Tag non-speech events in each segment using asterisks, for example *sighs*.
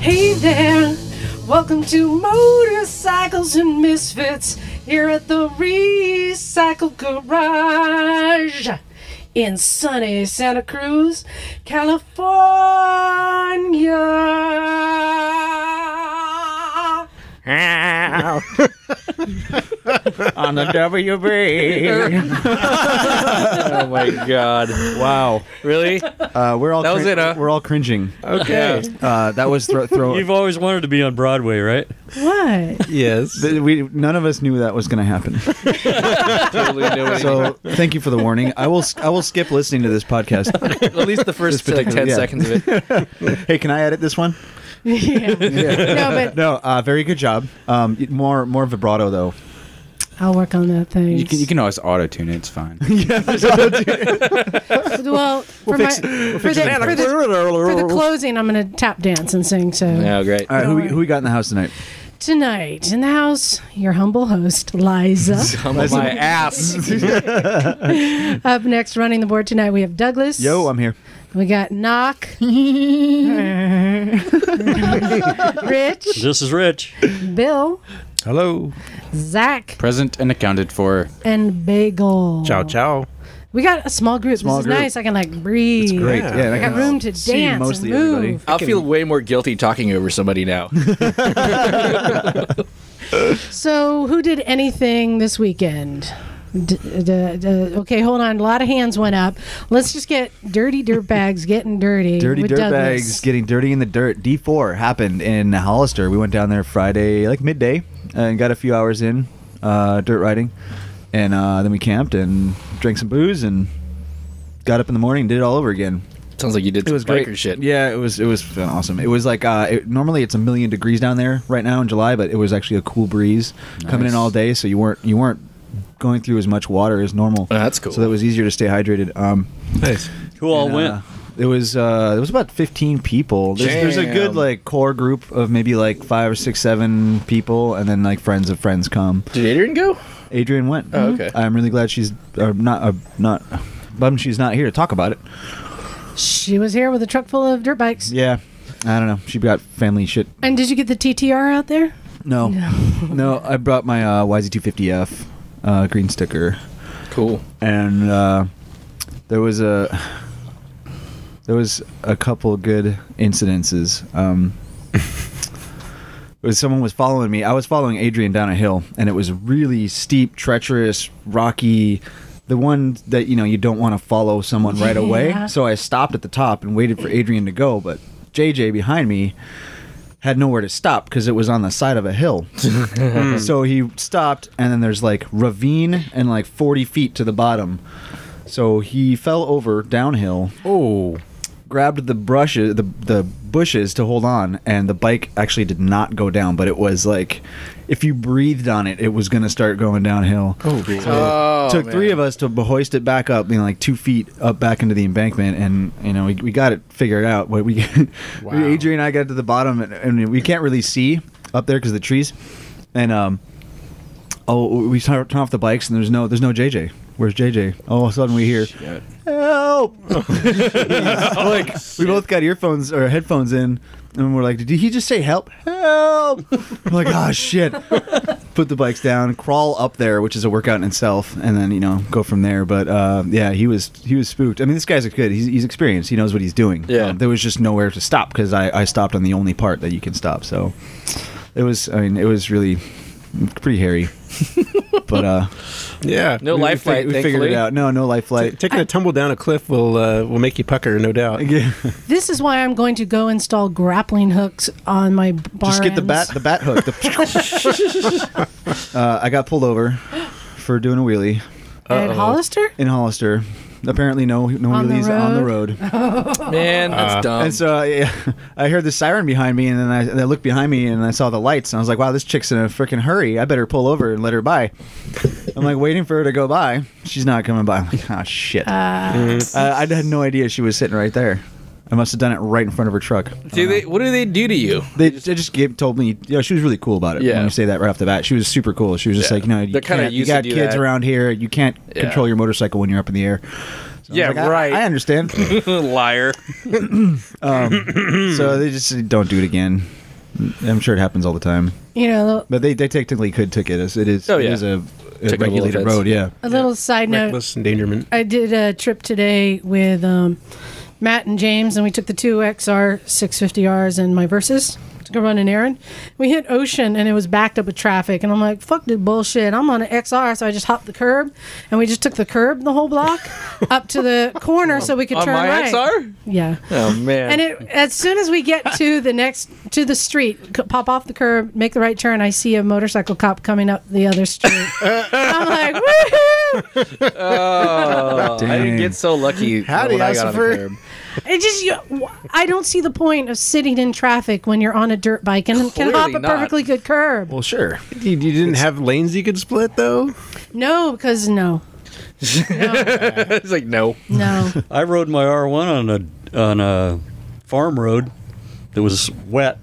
Hey there, welcome to Motorcycles and Misfits here at the Recycle Garage in sunny Santa Cruz, California. on the *laughs* WB. oh my god! Wow. Really? Uh, we're all That was crin- it, huh? We're all cringing. Okay. Uh, that was thro- *laughs* throw. You've always wanted to be on Broadway, right? *laughs* What? *laughs* Yes. th- we none of us knew that was going to happen. totally knew it. So thank you for the warning. I will s- I will skip listening to this podcast. at least the first This like particular- ten yeah. seconds of *laughs* it. hey, can I edit this one? yeah. Yeah. No, but No, uh, very good job. Um, y- more more vibrato though. I'll work on that thing. You can, you can always auto tune it. It's fine. well, for, my, for, the, for, the, for the closing, I'm going to tap dance and sing. So Oh, great. All right, who, we- who we got in the house tonight? tonight in the house, your humble host, *laughs* Liza. Humble my ass. Up next, running the board tonight, we have Douglas. Yo, I'm here. we got Knock. *laughs* Rich, This is Rich. Bill, Hello. Zach, Present and accounted for. and Bagel. Ciao, ciao. We got a small group. Small this is group. nice. I can like breathe. Great. Yeah. Yeah, and I got can room to see dance mostly and everybody. move. I'll feel way more guilty talking over somebody *laughs* now. So, who did anything this weekend? D- d- d- okay, hold on. A lot of hands went up. Let's just get dirty dirt bags getting dirty. *laughs* Dirty with dirt Douglas. bags getting dirty in the dirt. D4 happened in Hollister. We went down there Friday, like midday, and got a few hours in uh, dirt riding, and uh, then we camped and drank some booze and got up in the morning and did it all over again. Sounds like you did It was some great. biker shit. Yeah, it was it was fucking awesome. It was like uh, it, normally it's a million degrees down there right now in July, but it was actually a cool breeze coming in Nice. all day, so you weren't you weren't going through as much water as normal. Oh, that's cool. So that was easier to stay hydrated. Um, Nice. Who all and, went? uh, there was uh, there was about fifteen people. There's, there's a good Damn. like core group of maybe like five or six, seven people, and then like friends of friends come. Did Adrian go? Adrian went. Mm-hmm. Oh, okay. I'm really glad she's uh, not uh, not. Bummed she's not here to talk about it. She was here with a truck full of dirt bikes. Yeah, I don't know. She got family shit. And did you get the TTR out there? No, no. I brought my uh, YZ250F uh, green sticker, Cool. and uh, there was a there was a couple good incidences. Um, it was someone was following me. I was following Adrian down a hill, and it was really steep, treacherous, rocky. The one that you know you don't want to follow someone right Yeah. away. So I stopped at the top and waited for Adrian to go, but JJ behind me had nowhere to stop because it was on the side of a hill. so he stopped, and then there's like ravine and like 40 feet to the bottom. So he fell over downhill Oh, grabbed the brushes, the the bushes to hold on, and the bike actually did not go down. But it was like, if you breathed on it, it was gonna start going downhill. Oh, took three of us to hoist it back up, you know, like two feet up back into the embankment, and you know we, we got it figured out. But we, *laughs* Wow. Adrian and I got to the bottom, and, and we can't really see up there because the trees, and um. Oh, we start turn off the bikes and there's no there's no JJ. Where's JJ? All of a sudden we hear, *laughs* help! Oh, like we both got earphones or headphones in, and we're like, did he just say help? Help! I'm like, ah, *laughs* shit. Put the bikes down, crawl up there, which is a workout in itself, and then you know go from there. But uh, yeah, he was he was spooked. I mean, this guy's good. He's, he's experienced. He knows what he's doing. Yeah. Um, there was just nowhere to stop because I I stopped on the only part that you can stop. So it was. I mean, it was really *laughs* pretty hairy. but uh, Yeah. No we- we life fig- flight, We figured thankfully. it out. No, no life T- flight. taking a tumble down a cliff will uh, will make you pucker, no doubt. Yeah. This is why I'm going to go install grappling hooks on my bar. Just get the ends. bat, the bat hook. *laughs* the- uh, I got pulled over for doing a wheelie At Hollister? in Hollister. Apparently, no no On the Oh. wheelies on the road. Man, that's dumb. Uh, And so yeah, I *laughs* heard the siren behind me, and then I, and I looked behind me and I saw the lights, and I was like, "Wow, this chick's in a freaking hurry. I better pull over and let her by." I'm like waiting for her to go by. She's not coming by. I'm like, "Ah, shit." Uh, I, I had no idea she was sitting right there. I must have done it right in front of her truck. Do they? What do they do to you? They, they just gave, told me, you know, she was really cool about it. Yeah. Let me say that right off the bat. She was super cool. She was just Yeah. like, you know, you, They're kinda can't- you used to got do kids that. around here. You can't Yeah. control your motorcycle when you're up in the air. So I was Yeah, like, I- right. I *clears throat* understand. Liar. so they just said, don't do it again. I'm sure it happens all the time. You know, But they, they technically could ticket us. It is Oh, it yeah. is a, a Ticketable regulated offense. road. Yeah. a little side note. Reckless endangerment. I did a trip today with um, Matt and James, and we took the two XR 650Rs and my Versus to go run an errand. We hit Ocean, and it was backed up with traffic. And I'm like, fuck the bullshit. I'm on an XR, so I just hopped the curb, and we just took the curb the whole *laughs* block up to the corner so we could On turn my right. XR? Yeah. Oh man. And it, as soon as we get to the next to the street, c- pop off the curb, make the right turn, I see a motorcycle cop coming up the other *laughs* street. I'm like, woohoo! oh, I Dang. didn't get so *laughs* lucky Howdy, when I got on the Ossifer. curb. It just you, wh- I don't see the point of sitting in traffic when you're on a dirt bike and can Clearly hop a not. perfectly good curb. Well, sure. You, you didn't have lanes you could split though. No, because no, *laughs* it's like *laughs* no. *laughs* no. I rode my R1 on a on a farm road that was wet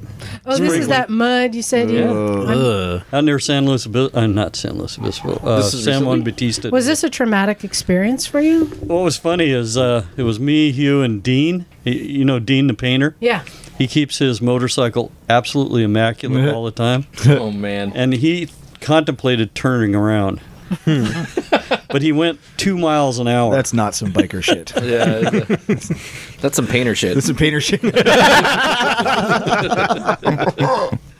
Oh, this is that mud you said. you- out near San Luis Obispo. Uh, not San Luis Obispo. Uh, This is San Juan recently? Batista. Was this a traumatic experience for you? What was funny is uh, it was me, Hugh, and Dean. Y- You know Dean the painter. Yeah. He keeps his motorcycle absolutely immaculate all the time, Oh man. and he contemplated turning around, but he went two miles an hour. That's not some biker *laughs* shit. Yeah. *laughs* it's- That's some painter shit. *laughs* That's some painter shit.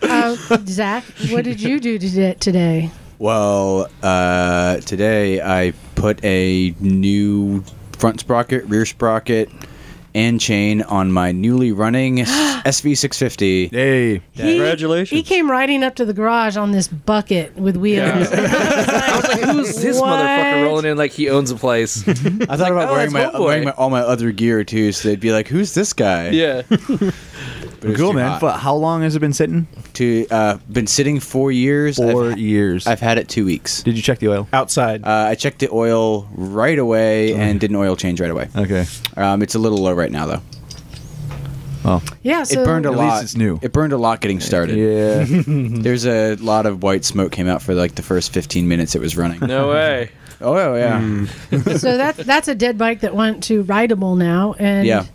Uh, Zach, what did you do to- today? Well, uh, today I put a new front sprocket, rear sprocket, and chain on my newly running SV650. hey. He- Congratulations. He came riding up to the garage on this bucket with wheels. Who's *laughs* this What? motherfucker rolling in like he owns a place? I thought about "Oh, wearing, my, that's homeboy." wearing my, all my other gear too, so they'd be like, "Who's this *laughs* guy?" yeah. But it's Cool, too man. hot. But how long has it been sitting? To uh, been sitting four years. 4 I've, years. I've had it two weeks. Did you check the oil? Outside. Uh, I checked the oil right away and did an oil change right away. Okay. Um, it's a little low right now though. Well, *laughs* yeah, so it burned a At lot. least it's new. It burned a lot getting started. yeah. *laughs* There's a lot of white smoke came out for like the first 15 minutes it was running. No way. Oh yeah, so that that's a dead bike that went to rideable now, and yeah.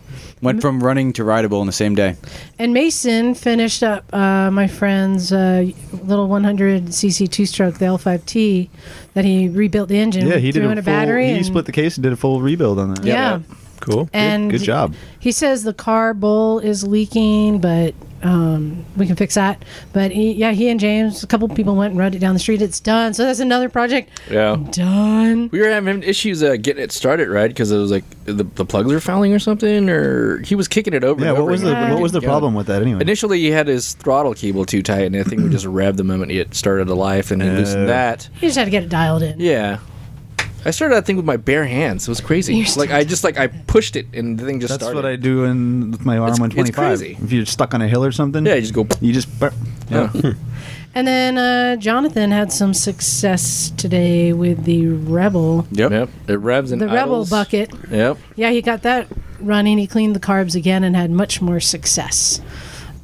Went from running to rideable in the same day. And Mason finished up uh, my friend's uh, little 100cc two stroke, the L5T, that he rebuilt the engine. yeah, he threw did a in a full, battery. He and, split the case and did a full rebuild on that. Yeah. cool. And good job. He says the car bowl is leaking, but um, we can fix that. But he, yeah, he and James, a couple people went and rode it down the street. It's done. So that's another project Yeah. done. We were having issues uh, getting it started, right? Because it was like the, the plugs were fouling or something, or he was kicking it over. Yeah. and What over was the again. Yeah. What was the problem with that anyway? Initially, he had his throttle cable too tight, and I think we *clears throat* just revved the moment it started to life, and he loosened that. You just had to get it dialed in. Yeah. I started that thing with my bare hands. It was crazy. You Like I just like I pushed it, and the thing just That's started. what I do in with my It's- it's RM125. crazy. If you're stuck on a hill or something, Yeah, you just go. you just *laughs* bur- yeah. And then uh, Jonathan had some success today with the Rebel. Yep. Yep. It revs and The Rebel idles. bucket. Yep. Yeah, he got that running. He cleaned the carbs again and had much more success.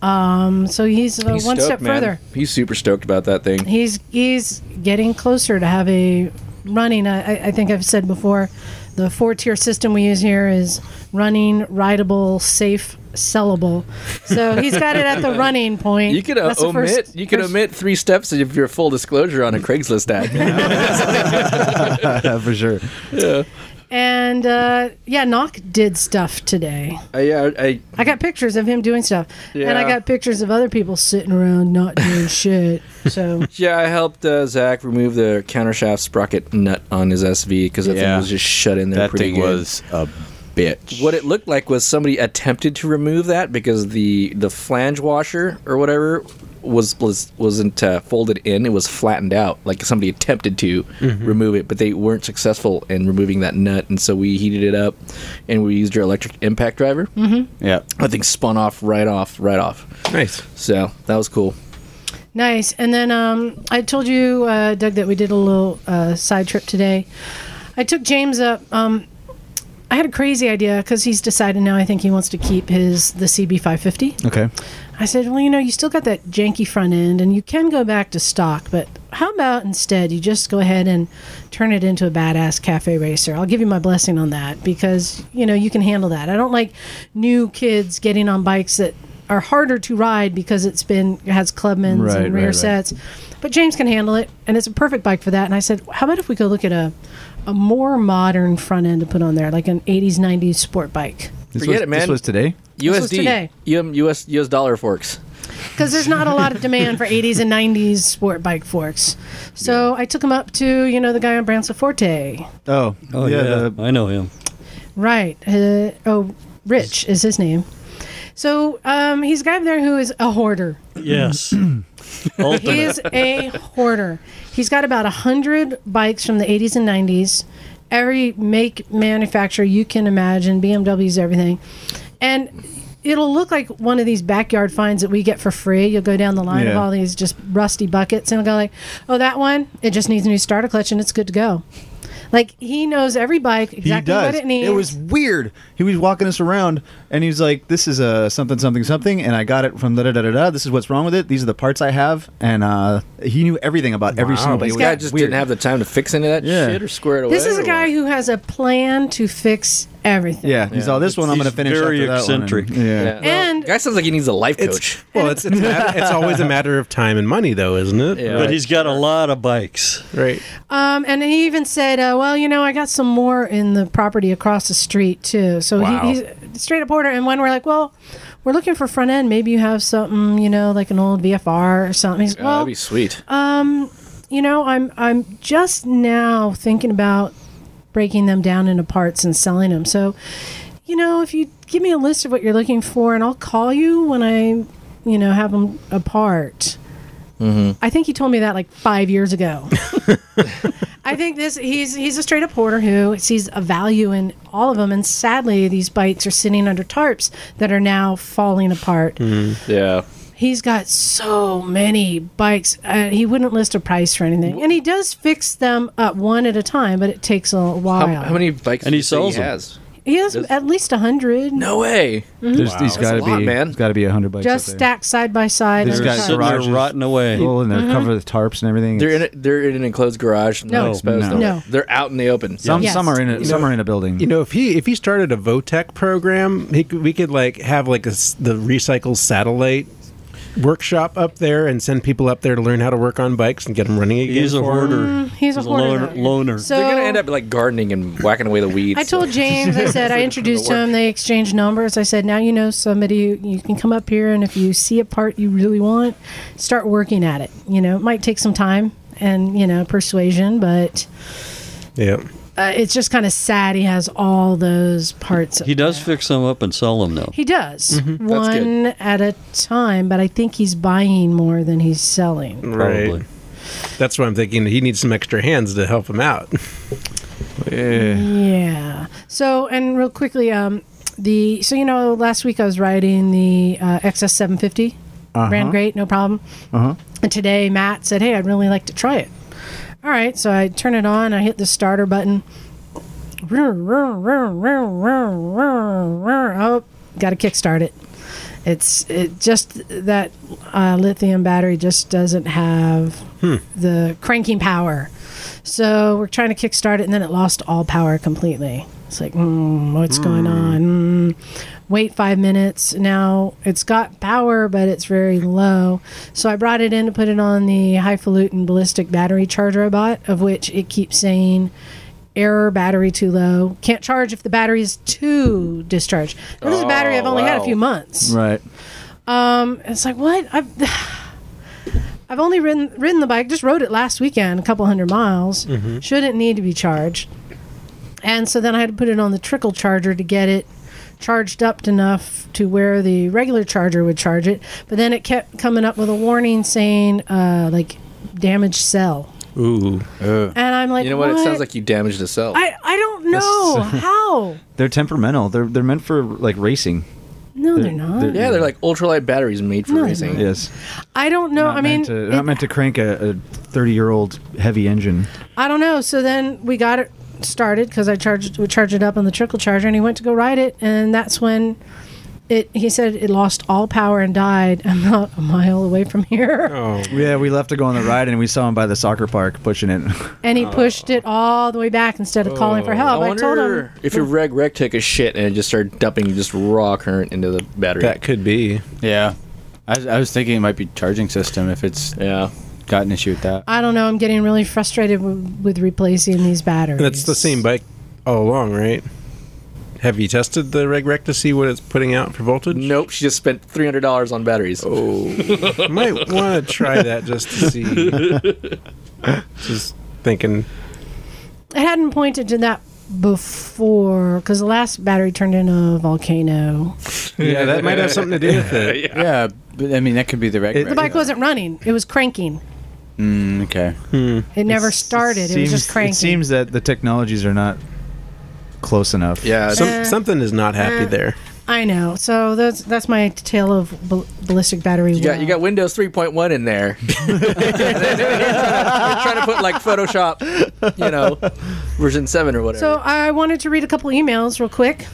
Um, so he's, uh, He's one stoked, step man. further. He's super stoked about that thing. He's he's getting closer to have a running. I, I- I think I've said before, the four tier system we use here is running, rideable, safe, sellable. So he's got it *laughs* at the running point. You could uh, That's the omit. first- you could first- omit three steps if you're full disclosure on a Craigslist ad. for sure. And uh, yeah, Knock did stuff today. I, yeah, I, I got pictures of him doing stuff, and I Yeah. got pictures of other people sitting around not doing shit. So yeah, I helped uh, Zach remove the countershaft sprocket nut on his SV because that thing Yeah. was just shut in there. That pretty thing good. was a bitch. What it looked like was somebody attempted to remove that because the the flange washer or whatever was was wasn't uh, folded in; it was flattened out. Like somebody attempted to remove it, but they weren't successful in removing that nut. And so we heated it up, and we used our electric impact driver. Mm-hmm. Yeah. That thing spun off right off, right off. Nice. So that was cool. nice. And then um, I told you, uh, Doug, that we did a little uh, side trip today. I took James up. Um, I had a crazy idea because he's decided now. I think he wants to keep his the CB550. Okay. I said, well, you know, you still got that janky front end, and you can go back to stock, but how about instead you just go ahead and turn it into a badass cafe racer? I'll give you my blessing on that because you know you can handle that. I don't like new kids getting on bikes that are harder to ride because it's been it has clubmans Right, and right, rear right. sets, but James can handle it, and it's a perfect bike for that. And I said, how about if we go look at a a more modern front end to put on there, like an 80s, 90s sport bike. This Forget was, it, man. This was today. was USD, today. U- US US dollar forks. because there's not a lot of demand for 80s and 90s sport bike forks. So I took him up to you know the guy on Branson Forte, Oh, Oh yeah, the- I know him. right? Uh, oh, Rich is his name. So um, he's a guy there who is a hoarder. Yes. He Ultimate. is a hoarder. He's got about a hundred bikes from the 80s and 90s, every make manufacturer you can imagine, BMWs, everything, and it'll look like one of these backyard finds that we get for free. You'll go down the line of Yeah. all these just rusty buckets, and it'll go like, "Oh, that one, it just needs a new starter clutch, and it's good to go." Like he knows every bike he exactly does. what it needs. was weird. He was walking us around, and he was like, "This is a something, something, something," and I got it from da da da da da. This is what's wrong with it. These are the parts I have, and uh, he knew everything about every single. This bike. guy just didn't have the time to fix any of that Yeah. shit or square it away. this is a or guy what? who has a plan to fix everything. Yeah, he's Yeah. all this one. I'm He's going to finish. very after that one." eccentric. Yeah. Yeah. And- guy sounds like he needs a life It's- coach. Well, it's it's, a matter- it's always a matter of time and money, though, isn't it? Yeah. but he's got a lot of bikes. Right. Um, and he even said, uh, "Well, you know, I got some more in the property across the street too." So Wow. he, he's straight up order. And when we're like, "Well, we're looking for front end. Maybe you have something, you know, like an old VFR or something." He's, Yeah, "Well, uh, that'd be sweet. you know, I'm I'm just now thinking about breaking them down into parts and selling them. So, you know, if you give me a list of what you're looking for, and I'll call you when I, you know, have them apart. I think he told me that like five years ago. I think this he's he's a straight up hoarder who sees a value in all of them, and sadly, these bikes are sitting under tarps that are now falling apart. yeah. He's got so many bikes. Uh, he wouldn't list a price for anything, and he does fix them up one at a time, but it takes a while. How, how many bikes And he do you say sells he them. has? He has at least a hundred, No way. There's, He's got to That's a lot, be. man. It's got to be a hundred bucks. Mm-hmm. just up there. stacked side by side. This under guy's They're tarps. got sitting there garages. rotting away. Full, and Mm-hmm. they're covered with tarps and everything. They're It's- in a, they're in an enclosed garage. No. not exposed. No. No. They're out in the open. Some Yes. some are in a some are in a building. You know, if he if he started a Votech program, he could, we could like have like a s the recycle satellite workshop up there and send people up there to learn how to work on bikes and get them running again. He's a for 'em. hoarder. he's a hoarder, loner. though. loner. So They're gonna end up like gardening and whacking away the weeds. I told James, *laughs* I said, I introduced him. They exchanged numbers. I said, now you know somebody, who- you can come up here, and if you see a part you really want, start working at it. You know, it might take some time and, you know, persuasion, but Yeah. uh, it's just kind of sad he has all those parts. he does Mm-hmm. fix them up and sell them though. He does good. one at a time, but I think he's buying more than he's selling. Right. Probably. That's what I'm thinking. He needs some extra hands to help him out. Mm. Yeah. So, and real quickly, um, the so you know last week I was riding the uh, XS 750, ran great, no problem. Uh-huh. And today Matt said, "Hey, I'd really like to try it." All right, so I turn it on. I hit the starter button. Oh, got to kickstart it. It's it just that uh, lithium battery just doesn't have Hmm. the cranking power. So we're trying to kickstart it, and then it lost all power completely. It's like, mm, Hmm. what's going on? Mm. Wait five minutes. Now it's got power, but it's very low. So I brought it in to put it on the highfalutin ballistic battery charger I bought, of which it keeps saying error battery too low can't charge if the battery is too discharged now, this is a battery i've Oh, only had a wow. few months Right. and it's like what I've *sighs* I've only ridden ridden the bike just rode it last weekend a couple hundred miles Mm-hmm. shouldn't need to be charged and so then I had to put it on the trickle charger to get it charged up enough to where the regular charger would charge it but then it kept coming up with a warning saying uh, like damaged cell Ooh. and I'm like You know what? It sounds like you damaged a cell. I, I don't know *laughs* how They're temperamental. They're they're meant for like racing. no they're, not they're- yeah, they're like ultralight batteries made for No, they're racing. not. Yes. I don't know Not I mean meant to, it- not meant to crank a, a thirty year old heavy engine. I don't know. So then we got it started because I charged would charge it up on the trickle charger, and he went to go ride it, and that's when it. He said it lost all power and died *laughs* about a mile away from here, Oh, Yeah, we left to go on the ride, and we saw him by the soccer park pushing it. and he pushed it all the way back instead of calling for help. Oh, I, told him if your reg rec took a shit and it just started dumping just raw current into the battery. that could be. Yeah. I, was- I was thinking it might be charging system if it's yeah. got an issue with that. I don't know. I'm getting really frustrated with, with replacing these batteries. And it's the same bike all along, right? Have you tested the Reg Rec to see what it's putting out for voltage? Nope, she just spent three hundred dollars on batteries. Oh, might want to try that just to see. just thinking. I hadn't pointed to that before because the last battery turned into a volcano. Yeah, that might have something to do with it. Yeah. but I mean, that could be the reg. It- The bike wasn't running; it was cranking. Mm, okay. It never started. It, was just cranking. It seems that the technologies are not close enough. Yeah, Some, Eh. something is not happy Eh. there. I know. So that's that's my tale of bal- ballistic battery. You got, you got Windows 3.1 in there. *laughs* They're trying to put like Photoshop, you know, version 7 or whatever. So I wanted to read a couple emails real quick.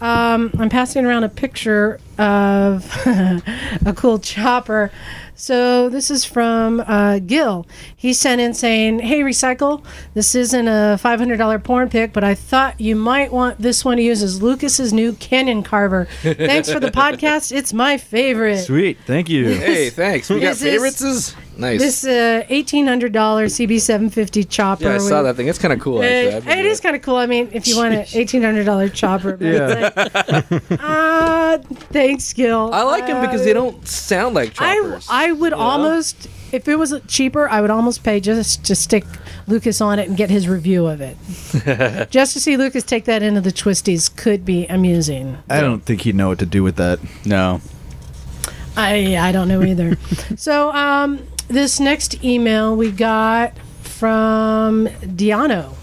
Um, I'm passing around a picture of *laughs* a cool chopper. So this is from uh, Gil. He sent in saying, "Hey, recycle. This isn't a $500 porn pick, but I thought you might want this one to use as Lucas's new Cannon carver. Thanks *laughs* for the podcast. It's my favorite. Sweet. Thank you. hey, thanks. We got This is- favorites? is- Nice. This uh, $1,800 CB750 chopper. yeah, I saw with- that thing. It's kind of cool, Uh, actually. it is kind of cool. I mean, if you want an eighteen hundred dollar chopper, but it's like, uh, thanks, Gil. Uh, I like them because they don't sound like I choppers. I would almost, if it was cheaper, I would almost pay just to stick Lucas on it and get his review of it, just to see Lucas take that into the twisties. Could be amusing. I don't think he'd know what to do with that. No. I I don't know either. so um, this next email we got from Diano.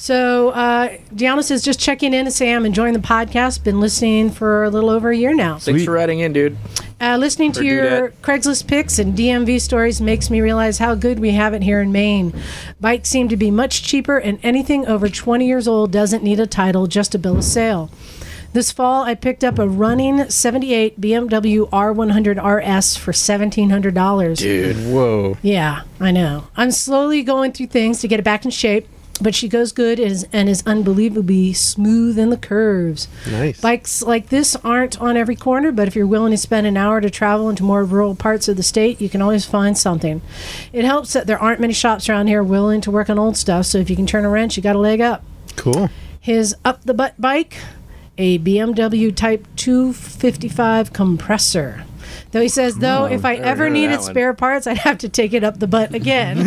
So uh, Diana says, just checking in to say I'm enjoying the podcast. Been listening for a little over a year now. Thanks for writing in, dude. Uh, listening Or to do your that. Craigslist picks and DMV stories makes me realize how good we have it here in Maine. Bikes seem to be much cheaper, and anything over 20 years old doesn't need a title, just a bill of sale. This fall, I picked up a running 78 BMW R100 RS for $1,700. Whoa. Yeah, I know. I'm slowly going through things to get it back in shape, but she goes good and is, and is unbelievably smooth in the curves. Nice. Bikes like this aren't on every corner, but if you're willing to spend an hour to travel into more rural parts of the state, you can always find something. It helps that there aren't many shops around here willing to work on old stuff, so if you can turn a wrench, you got a leg up Cool. his up the butt bike, a BMW Type 255 compressor. Though he says, though, if I ever heard of needed that one. spare parts, I'd have to take it up the butt again.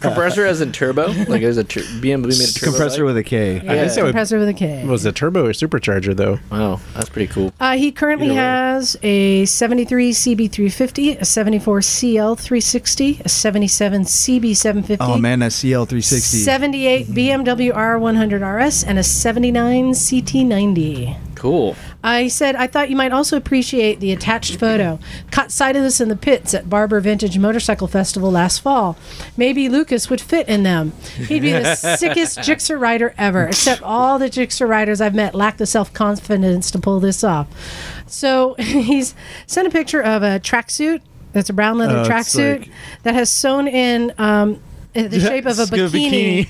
Compressor as in turbo. Like there's a tur- BMW made a turbo. Compressor bike. with a K. yeah, guess I would- compressor with a K. It was a turbo or supercharger though. Wow, that's pretty cool. Uh, he currently has a 73 CB350, a 74 CL360, a 77 CB750. Oh man, that CL360. 78 BMW R100 RS and a 79 CT90. Cool. I said, I thought you might also appreciate the attached photo. Caught sight of this in the pits at Barber Vintage Motorcycle Festival last fall. Maybe Lucas would fit in them. He'd be *laughs* the sickest Gixxer rider ever, except all the Gixxer riders I've met lack the self confidence to pull this off. So *laughs* he's sent a picture of a tracksuit. That's a brown leather Oh, it's tracksuit like- that has sewn in um, the shape of a It's a bikini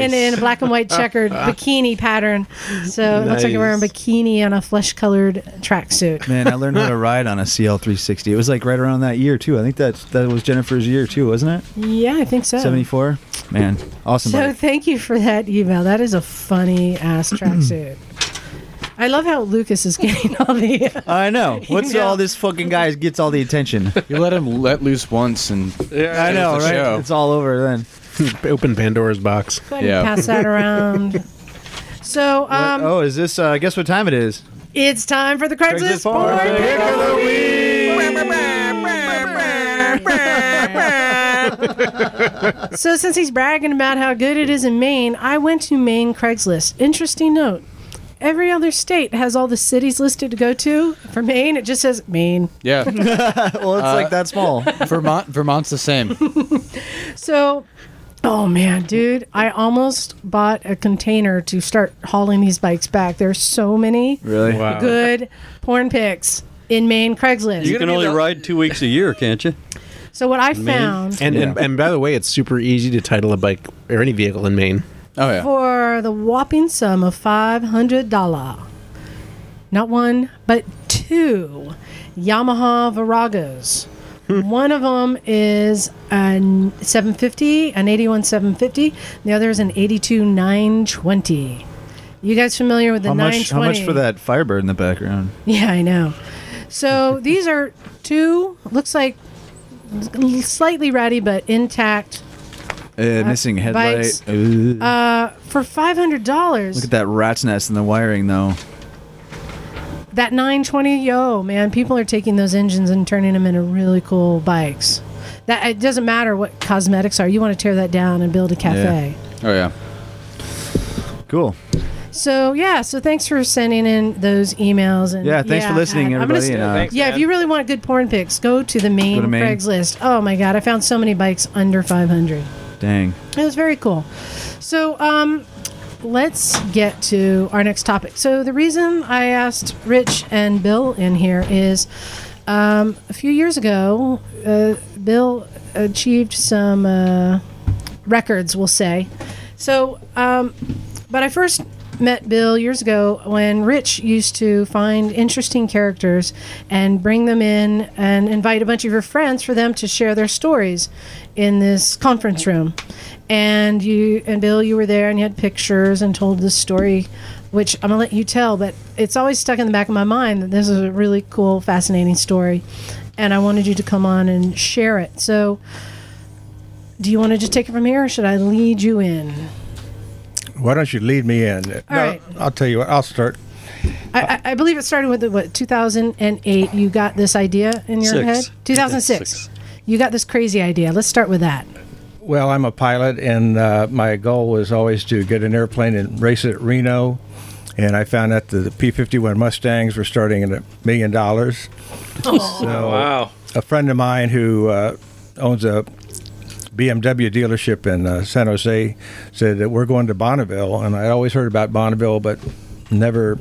*laughs* in, in, in a black and white *laughs* checkered bikini pattern. So it looks like you're wearing a Nice. bikini on a flesh colored tracksuit. Man, I learned how to ride on a CL360. It was like right around that year too. I think that that was Jennifer's year too, wasn't it? Yeah, I think so. 74. Man, *laughs* awesome. So bike. thank you for that email. That is a funny ass tracksuit. I love how Lucas is getting all the. *laughs* I know. What's Yeah. all this fucking guy gets all the attention? You let him let loose once and I know, the right? show. It's all over then. Open Pandora's box. Go ahead Yeah. and pass that *laughs* around. So um, oh, is this? Uh, guess what time it is? *laughs* it's time for the Craigslist porn. pick. So since he's bragging about how good it is in Maine, I went to Maine Craigslist. Interesting note. Every other state has all the cities listed to go to. For Maine, it just says Maine. yeah. *laughs* Well, it's like that small. Vermont, Vermont's the same. So Oh man, dude, I almost bought a container to start hauling these bikes back. There's so many Really? Wow. good porn pics in Maine Craigslist. You can only ride two weeks a year, can't you? so what I found And, and and by the way, it's super easy to title a bike or any vehicle in Maine. Oh yeah. for the whopping sum of five hundred dollar, not one but two Yamaha Viragos. Hmm. One of them is a 750, an 81 750. The other is an 82 920. You guys familiar with the How much? 920? How much for that Firebird in the background? *laughs* Yeah, I know. *laughs* So these are two looks like slightly ratty but intact Uh, missing headlight. bikes. Uh, Ooh. for five hundred Look dollars. at that rat's nest in the wiring, though. That nine twenty, yo man, people are taking those engines and turning them into really cool bikes. That it doesn't matter what cosmetics are. You want to tear that down and build a cafe. Oh yeah. Cool. So yeah, so thanks for sending in those emails and Yeah. Thanks for listening, I'm gonna everybody. s- and, uh, yeah, if you really want good porn pics, go to the main, Go to Maine. Craigslist. Oh my god, I found so many bikes under 500. dang. It was very cool. So, um, let's get to our next topic. So, the reason I asked Rich and Bill in here is um, a few years ago, uh, Bill achieved some uh, records, we'll say. So, um, but I first met Bill years ago when Rich used to find interesting characters and bring them in and invite a bunch of your friends for them to share their stories in this conference room. And you and Bill, you were there and you had pictures and told this story, which I'm gonna let you tell, but it's always stuck in the back of my mind that this is a really cool, fascinating story. And I wanted you to come on and share it. So, do you want to just take it from here, or should I lead you in? Why don't you lead me in? No, right. I'll tell you what. I'll start. I, I I believe it started with the, what 2008. You got this idea in your Six. head. 2006. Six. You got this crazy idea. Let's start with that. Well, I'm a pilot, and uh, my goal was always to get an airplane and race it at Reno. And I found out that the P-51 Mustangs were starting at a million dollars. So Oh, Wow. a friend of mine who uh, owns a BMW dealership in uh, San Jose said that we're going to Bonneville, and I always heard about Bonneville, but never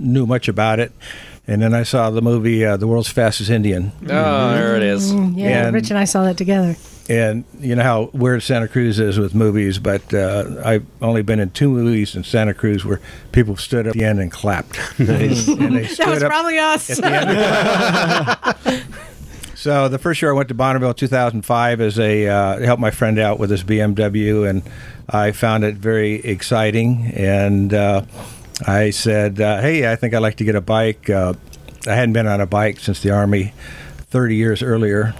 knew much about it. And then I saw the movie uh, "The World's Fastest Indian," Oh, there it is. Yeah, And- Rich and I saw that together. and you know how weird Santa Cruz is with movies, but uh, I've only been in two movies in Santa Cruz where people stood at the end and clapped. and they That stood was up probably us. So the first year I went to Bonneville, 2005, as a uh, to help my friend out with his BMW, and I found it very exciting. And uh, I said, uh, "Hey, I think I'd like to get a bike." Uh, I hadn't been on a bike since the army, 30 years earlier.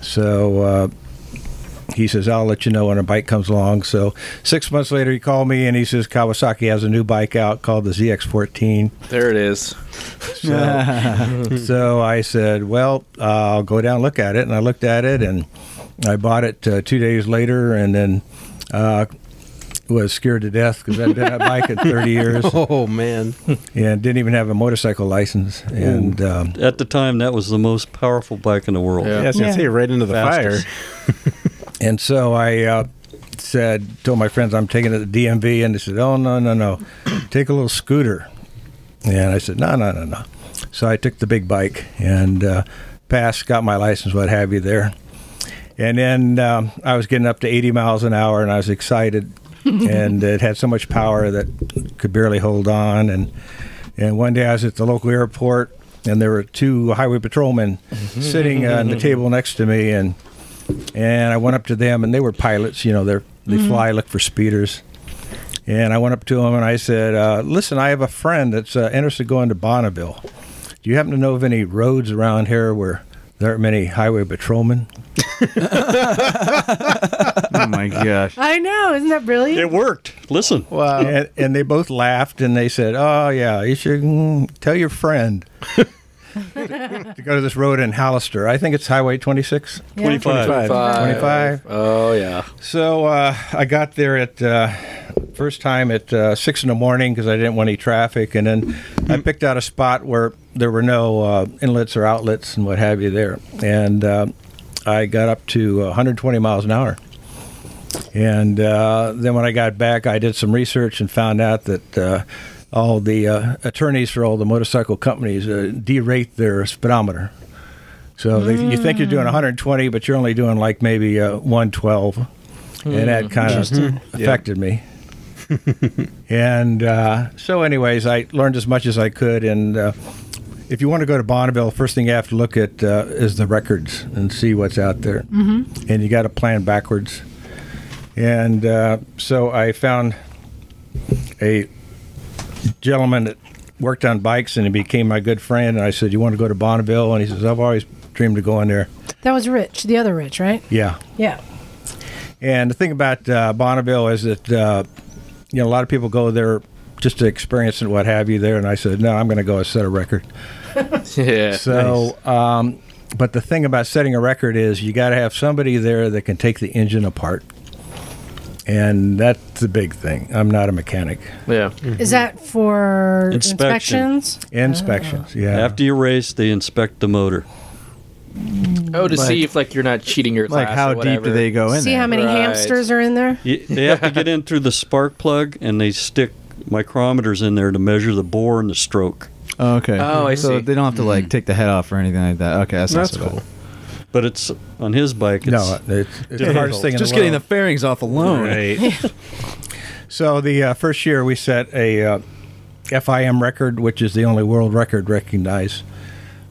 So uh, he says, "I'll let you know when a bike comes along." So six months later, he called me and he says, "Kawasaki has a new bike out called the ZX14." There it is. So I said, "Well, uh, I'll go down and look at it." And I looked at it, and I bought it uh, two days later, and then uh, was scared to death because I'd been on a bike in *laughs* 30 years Oh man, and didn't even have a motorcycle license. And um, At the time, that was the most powerful bike in the world. yeah, I was gonna Yeah. say right into the Fastest. fire. and so I uh, said, told my friends I'm taking it to the DMV, and they said, "Oh no, no, no, take a little scooter." And I said, "No, no, no, no." So I took the big bike and uh, passed, got my license, what have you there. And then um, I was getting up to 80 miles an hour, and I was excited, and it had so much power that could barely hold on. And and one day I was at the local airport, and there were two highway patrolmen sitting on the table next to me, and and I went up to them, and they were pilots. You know, they're they fly, look for speeders. And I went up to them and I said, uh, "Listen, I have a friend that's uh, interested in going to Bonneville. Do you happen to know of any roads around here where there aren't many highway patrolmen?" Oh my gosh. *laughs* I know. Isn't that brilliant? It worked. Listen, And, and they both laughed and they said, "Oh yeah, you should mm, tell your friend to go to this road in Hollister. I think it's Highway 26." Yeah. 25. Five. 25. Oh, yeah. So uh, I got there at uh, first time at uh, six in the morning because I didn't want any traffic, and then I picked out a spot where there were no uh, inlets or outlets uh, and what have you there, and uh, I got up to 120 miles an hour, And uh, then when I got back, I did some research and found out that uh, all the uh, attorneys for all the motorcycle companies uh, derate their speedometer. So they, you think you're doing 120, but you're only doing like maybe uh, 112, and that kind Interesting. of affected me. and uh, so, anyways, I learned as much as I could. And uh, if you want to go to Bonneville, first thing you have to look at uh, is the records and see what's out there. Mm-hmm. And you got to plan backwards. And uh, so I found a gentleman that worked on bikes and he became my good friend. And I said, You want to go to Bonneville? And he says, I've always dreamed of going there. That was Rich, the other Rich, right? Yeah. Yeah. And the thing about uh, Bonneville is that, uh, you know, a lot of people go there just to experience and what have you there. And I said, No, I'm going to go and set a record. Yeah. So, um, but the thing about setting a record is you got to have somebody there that can take the engine apart. And that's the big thing. I'm not a mechanic. yeah. Is that for Mm-hmm. Inspection. inspections? Ah. Inspections, yeah. After you race, they inspect the motor. Oh, to Like- see if like you're not cheating your Like class how or deep do whatever. they go in? See there? how many Right. hamsters are in there? You- They have to get in through the spark plug and they stick micrometers in there to measure the bore and the stroke. Oh, okay. Oh, I So see. they don't have to like take the head off or anything like that. Okay, that's, not That's so bad. cool. But it's on his bike. It's, No, uh, it's, it's the hardest thing in Just the getting world. the fairings off alone. *laughs* So the uh, first year we set a uh, FIM record, which is the only world record recognized,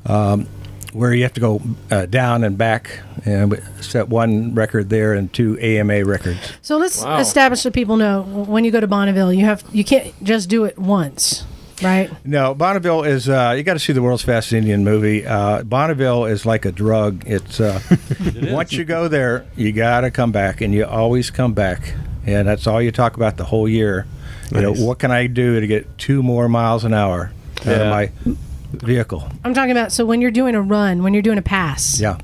um, where you have to go uh, down and back, and we set one record there and two AMA records. So let's Wow. establish so people know when you go to Bonneville, you have you can't just do it once, right? No, Bonneville is uh, you got to see the world's fastest Indian movie. Uh, Bonneville is like a drug. It's uh, once you go there, you got to come back, and you always come back, and that's all you talk about the whole year. You know, Nice. what can I do to get two more miles an hour out Yeah. of my vehicle? I'm talking about so when you're doing a run, when you're doing a pass, Yeah.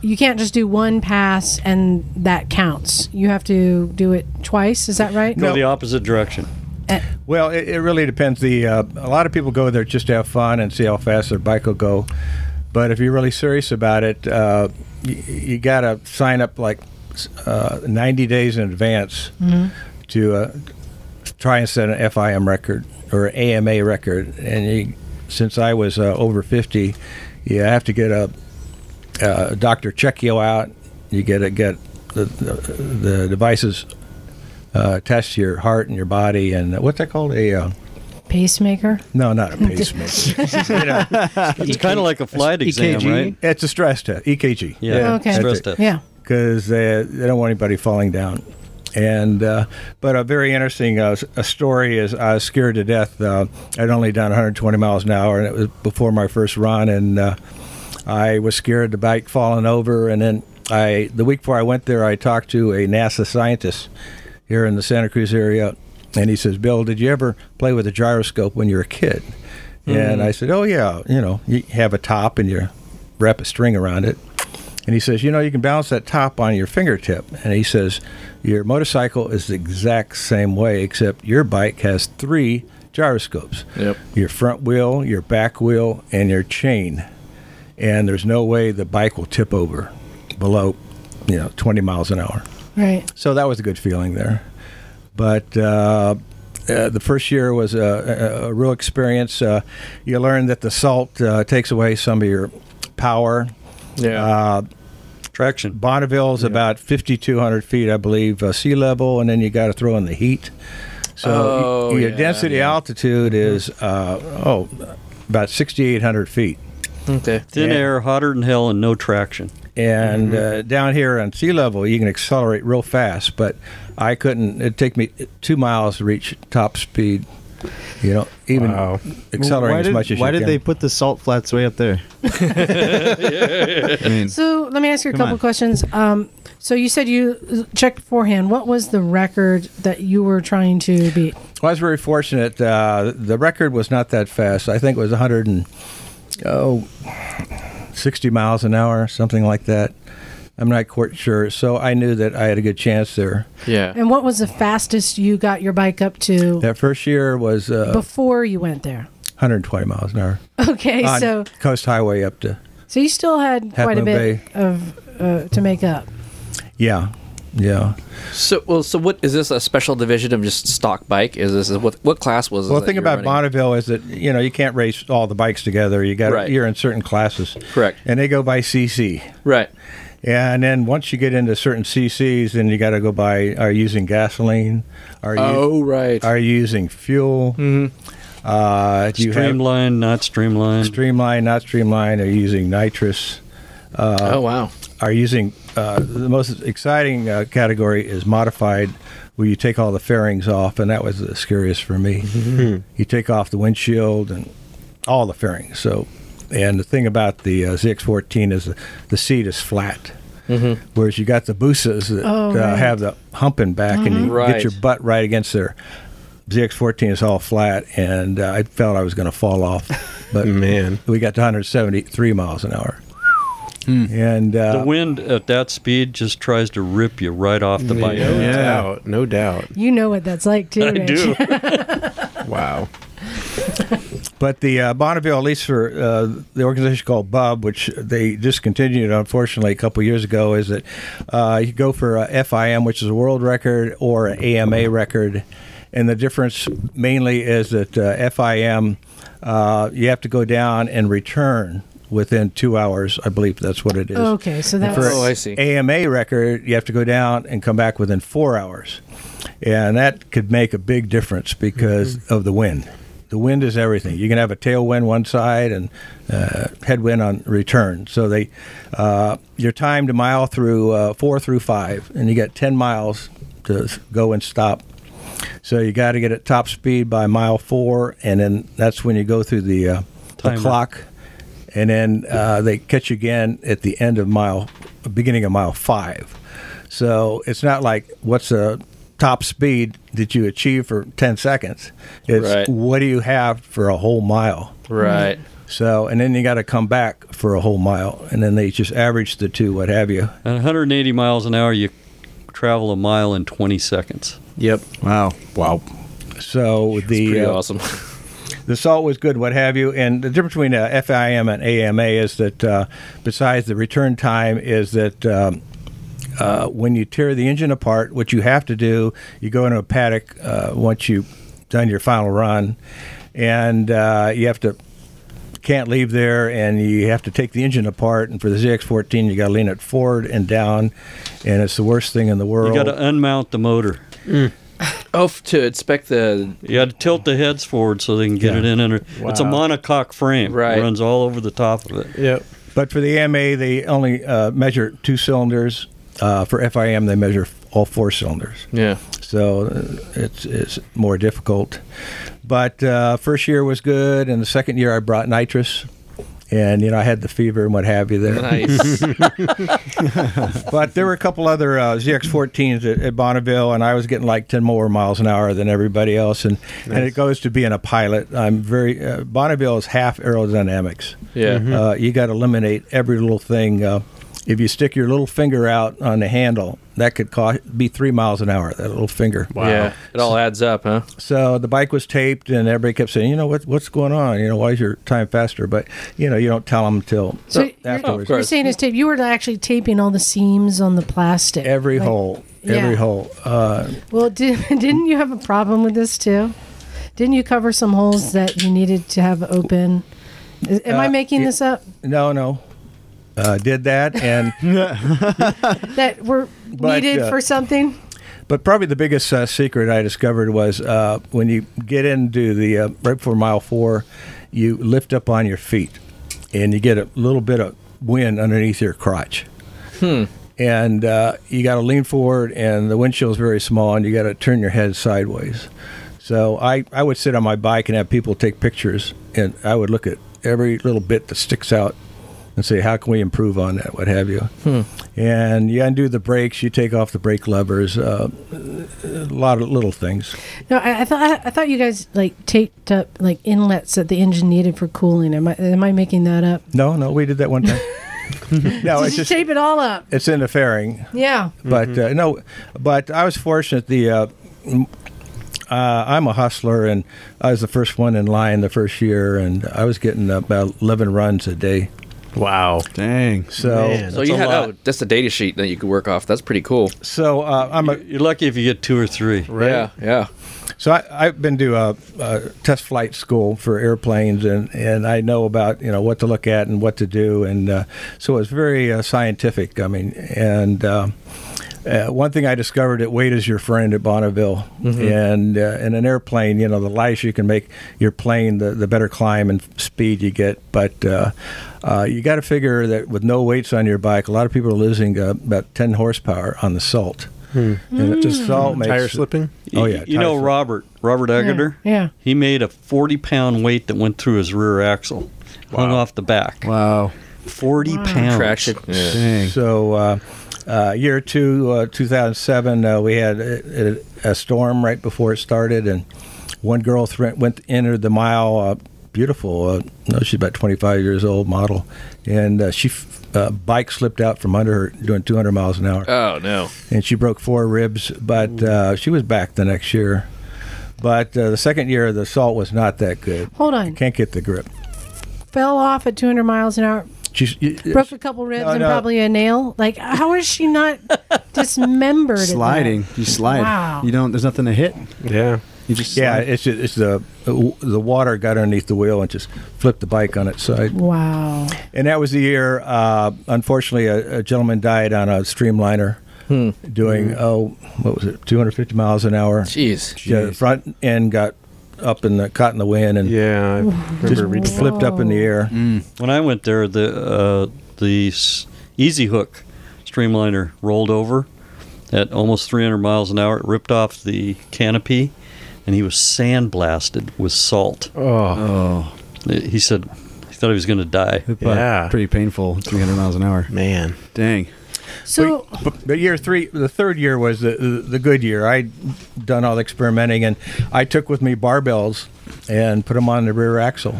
you can't just do one pass and that counts. You have to do it twice. Is that right? Go the opposite direction. Well, it, it really depends. The uh, a lot of people go there just to have fun and see how fast their bike will go. But if you're really serious about it, uh, you, you got to sign up like s- uh, 90 days in advance to uh, try and set an FIM record or AMA record. And you, since I was uh, over 50, you have to get a uh, doctor check you out. You get to get the, the, the devices uh, attached to your heart and your body, and what's that called? A uh, Pacemaker. no, not a pacemaker. You know, It's kind of like a flight exam, EKG? right? it's a stress test, E EKG. Yeah. Okay. Stress That's test. Yeah. because they, they don't want anybody falling down. And uh, but a very interesting uh, s- a story is I was scared to death. Uh, I'd only done 120 miles an hour, and it was before my first run, and uh, I was scared the bike falling over. And then I the week before I went there, I talked to a NASA scientist here in the Santa Cruz area, and he says, "Bill, did you ever play with a gyroscope when you were a kid?" And I said, "Oh yeah, you know, you have a top and you wrap a string around it." And he says, You know, you can balance that top on your fingertip. And he says, Your motorcycle is the exact same way, except your bike has three gyroscopes Yep. your front wheel, your back wheel, and your chain. And there's no way the bike will tip over below, you know, 20 miles an hour. Right. So that was a good feeling there. But uh, uh, the first year was a, a, a real experience. Uh, you learn that the salt uh, takes away some of your power. Yeah. Uh, Traction. Bonneville's about 5,200 feet, I believe, uh, sea level, and then you got to throw in the heat. So Oh, y- your yeah, density yeah. altitude is uh, oh about 6,800 feet, okay. Thin Yeah. air, hotter than hell, and no traction. and Mm-hmm. uh, down here on sea level you can accelerate real fast. But I couldn't. It'd take me two miles to reach top speed. You know, even Wow. accelerating why as did, much as Why you did can. they put the salt flats way up *laughs* there? I mean, So let me ask you a Come couple on. questions. Um, so you said you checked beforehand. What was the record that you were trying to beat? Well, I was very fortunate. Uh, the record was not that fast. I think it was 100 and oh, 60 miles an hour, something like that. I'm not quite sure. So I knew that I had a good chance there. Yeah. And what was the fastest you got your bike up to That first year was uh, before you went there? *laughs* 120 miles an hour Okay, on so Coast Highway up to so you still had Half quite a Moon bit of uh, to make up. yeah. Yeah. So, well, so what is this a special division of just stock bike? Is this what what class was? Well, it the thing you were about running? Bonneville is that you know you can't race all the bikes together. You got Right. you're in certain classes, Correct. And they go by CC. right? And then once you get into certain CCs, then you got to go by are you using gasoline? Are you Oh, right. Are you using fuel? Uh, do you have Streamline, not streamline. streamline, not streamline? Are you using nitrous? oh, wow. are using uh, the most exciting uh, category is modified, where you take all the fairings off, and that was the scariest for me. You take off the windshield and all the fairings. So, and the thing about the uh, ZX14 is the, the seat is flat, whereas you got the Busas that Oh, uh, right. have the humping back, and you Right. get your butt right against there. ZX14 is all flat, and uh, I felt I was going to fall off, *laughs* but Man. we got to 173 miles an hour. And uh, The wind at that speed just tries to rip you right off the bike. No Yeah. doubt. No doubt. You know what that's like too. *laughs* I Rich. do. Wow. But the uh, Bonneville, at least for uh, the organization called Bub, which they discontinued unfortunately a couple years ago, is that uh, you go for a FIM, which is a world record, or an AMA record, and the difference mainly is that uh, FIM uh, you have to go down and return within two hours. I believe that's what it *laughs* is. Okay, so And that's for Oh, I see. AMA record, you have to go down and come back within four hours. And that could make a big difference because of the wind. The wind is everything. You can have a tailwind one side and uh, headwind on return. So they, uh, you're timed a mile through uh, four through five, and you got 10 miles to s- go and stop. So you got to get at top speed by mile four, and then that's when you go through the, uh, the Timer. clock and then uh, they catch you again at the end of mile, beginning of mile five. So it's not like what's a top speed that you achieve for ten seconds. It's Right. what do you have for a whole mile. Right. So and then you got to come back for a whole mile, and then they just average the two, what have you. At 180 miles an hour, you travel a mile in 20 seconds. Yep. Wow. Wow. So the Pretty uh, awesome. *laughs* the salt was good, what have you. And the difference between uh, FIM and AMA is that uh, besides the return time, is that um, uh, when you tear the engine apart, what you have to do, you go into a paddock uh, once you've done your final run, and uh, you have to can't leave there, and you have to take the engine apart. And for the ZX14, you got to lean it forward and down, and it's the worst thing in the You world. got to unmount the motor. oh, f- to inspect the You got to tilt the heads forward so they can get it in under. It's a Wow. monocoque frame. Right. It runs all over the top of it. Yep. But for the AMA, they only uh, measure two cylinders. Uh, for FIM, they measure all four cylinders. yeah. So uh, it's, it's more difficult. But uh, first year was good, and the second year I brought nitrous. And you know I had the fever and what have you there, Nice. *laughs* but there were a couple other uh, ZX14s at, at Bonneville, and I was getting like ten more miles an hour than everybody else, and, and it goes to being a pilot. I'm very uh, Bonneville is half aerodynamics, yeah. uh, you got to eliminate every little thing. Uh, if you stick your little finger out on the handle, that could cost, be three miles an hour. That little finger. Yeah. It all adds up, huh? So the bike was taped, and everybody kept saying, "You know what? What's going on? You know, why is your time faster?" But you know, you don't tell them till So uh, you're- Oh, course. afterwards. You're saying it's tape. You were actually taping all the seams on the plastic. Every Like- hole, Yeah. every hole. Uh, Well, did, *laughs* didn't you have a problem with this too? Didn't you cover some holes that you needed to have open? Is- Am I Uh, making yeah. this up? no, no, uh, did *laughs* that, and That were *laughs* But, needed uh, for something? But probably the biggest uh, secret I discovered was uh, when you get into the uh, right before mile four, you lift up on your feet, and you get a little bit of wind underneath your crotch. And uh, you got to lean forward, and the windshield is very small, and you got to turn your head sideways. So I, I would sit on my bike and have people take pictures, and I would look at every little bit that sticks out and say, how can we improve on that, what have you. And you undo the brakes, you take off the brake levers, uh, a lot of little things. No, I, I thought I thought you guys like taped up like inlets that the engine needed for cooling. Am I am I making that up? No, no, we did that one time. no, Did Oh, it's you just tape it all up? it's in the fairing, Yeah. but uh, no, but I was fortunate. The uh, m- uh, I'm a hustler, and I was the first one in line the first year, and I was getting about 11 runs a day. Wow. Dang. So Man. So That's you a had lot. oh, that's a data sheet that you could work off. That's pretty cool. so uh, I'm a You're lucky if you get two or three. Yeah, yeah. So I, I've been to a, a test flight school for airplanes, and, and I know about you know what to look at and what to do, and uh, so it's very uh, scientific. I mean, and uh, uh, one thing I discovered at Wait is your friend at Bonneville, Mm-hmm. and uh, in an airplane, you know, the lighter you can make your plane, the, the better climb and speed you get. But uh, uh, you got to figure that with no weights on your bike, a lot of people are losing uh, about 10 horsepower on the salt. And it just salt makes Hmm. Tire slipping? Oh Y- yeah, You tire know slipping. Robert, Robert Agutter? yeah. He made a 40 pound weight that went through his rear axle, hung off the back. Wow. 40 pounds. Traction. Yeah. Dang. So, uh, uh, year two, uh, 2007, uh, we had a, a, a storm right before it started, and one girl thr- went entered the mile. Uh, beautiful. Uh, no, she's about 25 years old, model, and uh, she f- uh, bike slipped out from under her doing 200 miles an hour, Oh no. and she broke four ribs. But uh, she was back the next year. But uh, the second year, the salt was not that good. Hold on. Can't get the grip. Fell off at 200 miles an hour. She's, Broke a couple ribs No, and no. probably a nail. Like, how is she *laughs* not dismembered? at that? Sliding. You slide. Wow. You don't. There's nothing to hit. Yeah. You just. Yeah, Slide. it's just, it's the the water got underneath the wheel and just flipped the bike on its side. Wow. And that was the year, uh, unfortunately, a, a gentleman died on a streamliner doing oh, what was it, 250 miles an hour. Jeez. Yeah, the front end got up in the caught in the wind and Yeah. I just remember reading flipped up in the air. When I went there, the uh, the s- Easy Hook streamliner rolled over at almost 300 miles an hour. It ripped off the canopy, and he was sandblasted with salt. Uh, Oh. Oh, He said he thought he was going to die. but Yeah. pretty painful. 300 miles an hour. Man. Dang. So, But, but year three, the third year was the, the, the good year. I'd done all the experimenting, and I took with me barbells and put them on the rear axle,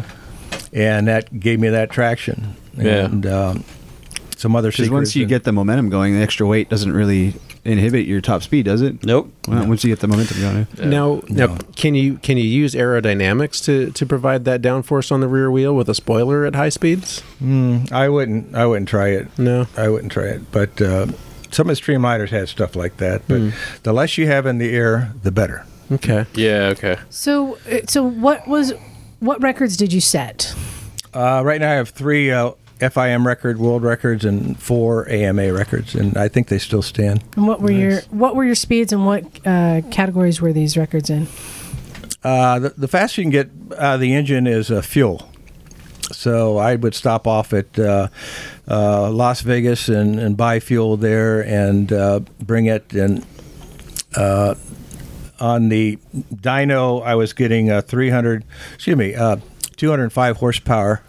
and that gave me that traction. Yeah. And um, some other Because secrets. once you and- get the momentum going, the extra weight doesn't really inhibit your top speed, does it? Nope. Well, once you get the momentum going. Now, now, can you can you use aerodynamics to to provide that downforce on the rear wheel with a spoiler at high speeds? Mm, I wouldn't. I wouldn't try it. No. I wouldn't try it. But uh, some of the streamliners had stuff like that. But the less you have in the air, the better. Okay. Yeah. Okay. so, uh, so what was, what records did you set? Uh, right now, I have three uh, FIM record world records and four AMA records, and I think they still stand. And what were your, what were your speeds and what uh, categories were these records in? Uh, the, the faster you can get out of the engine is uh, fuel. So I would stop off at uh, uh, Las Vegas and, and buy fuel there and uh, bring it. And uh, on the dyno, I was getting uh, 300, excuse me, uh, 205 horsepower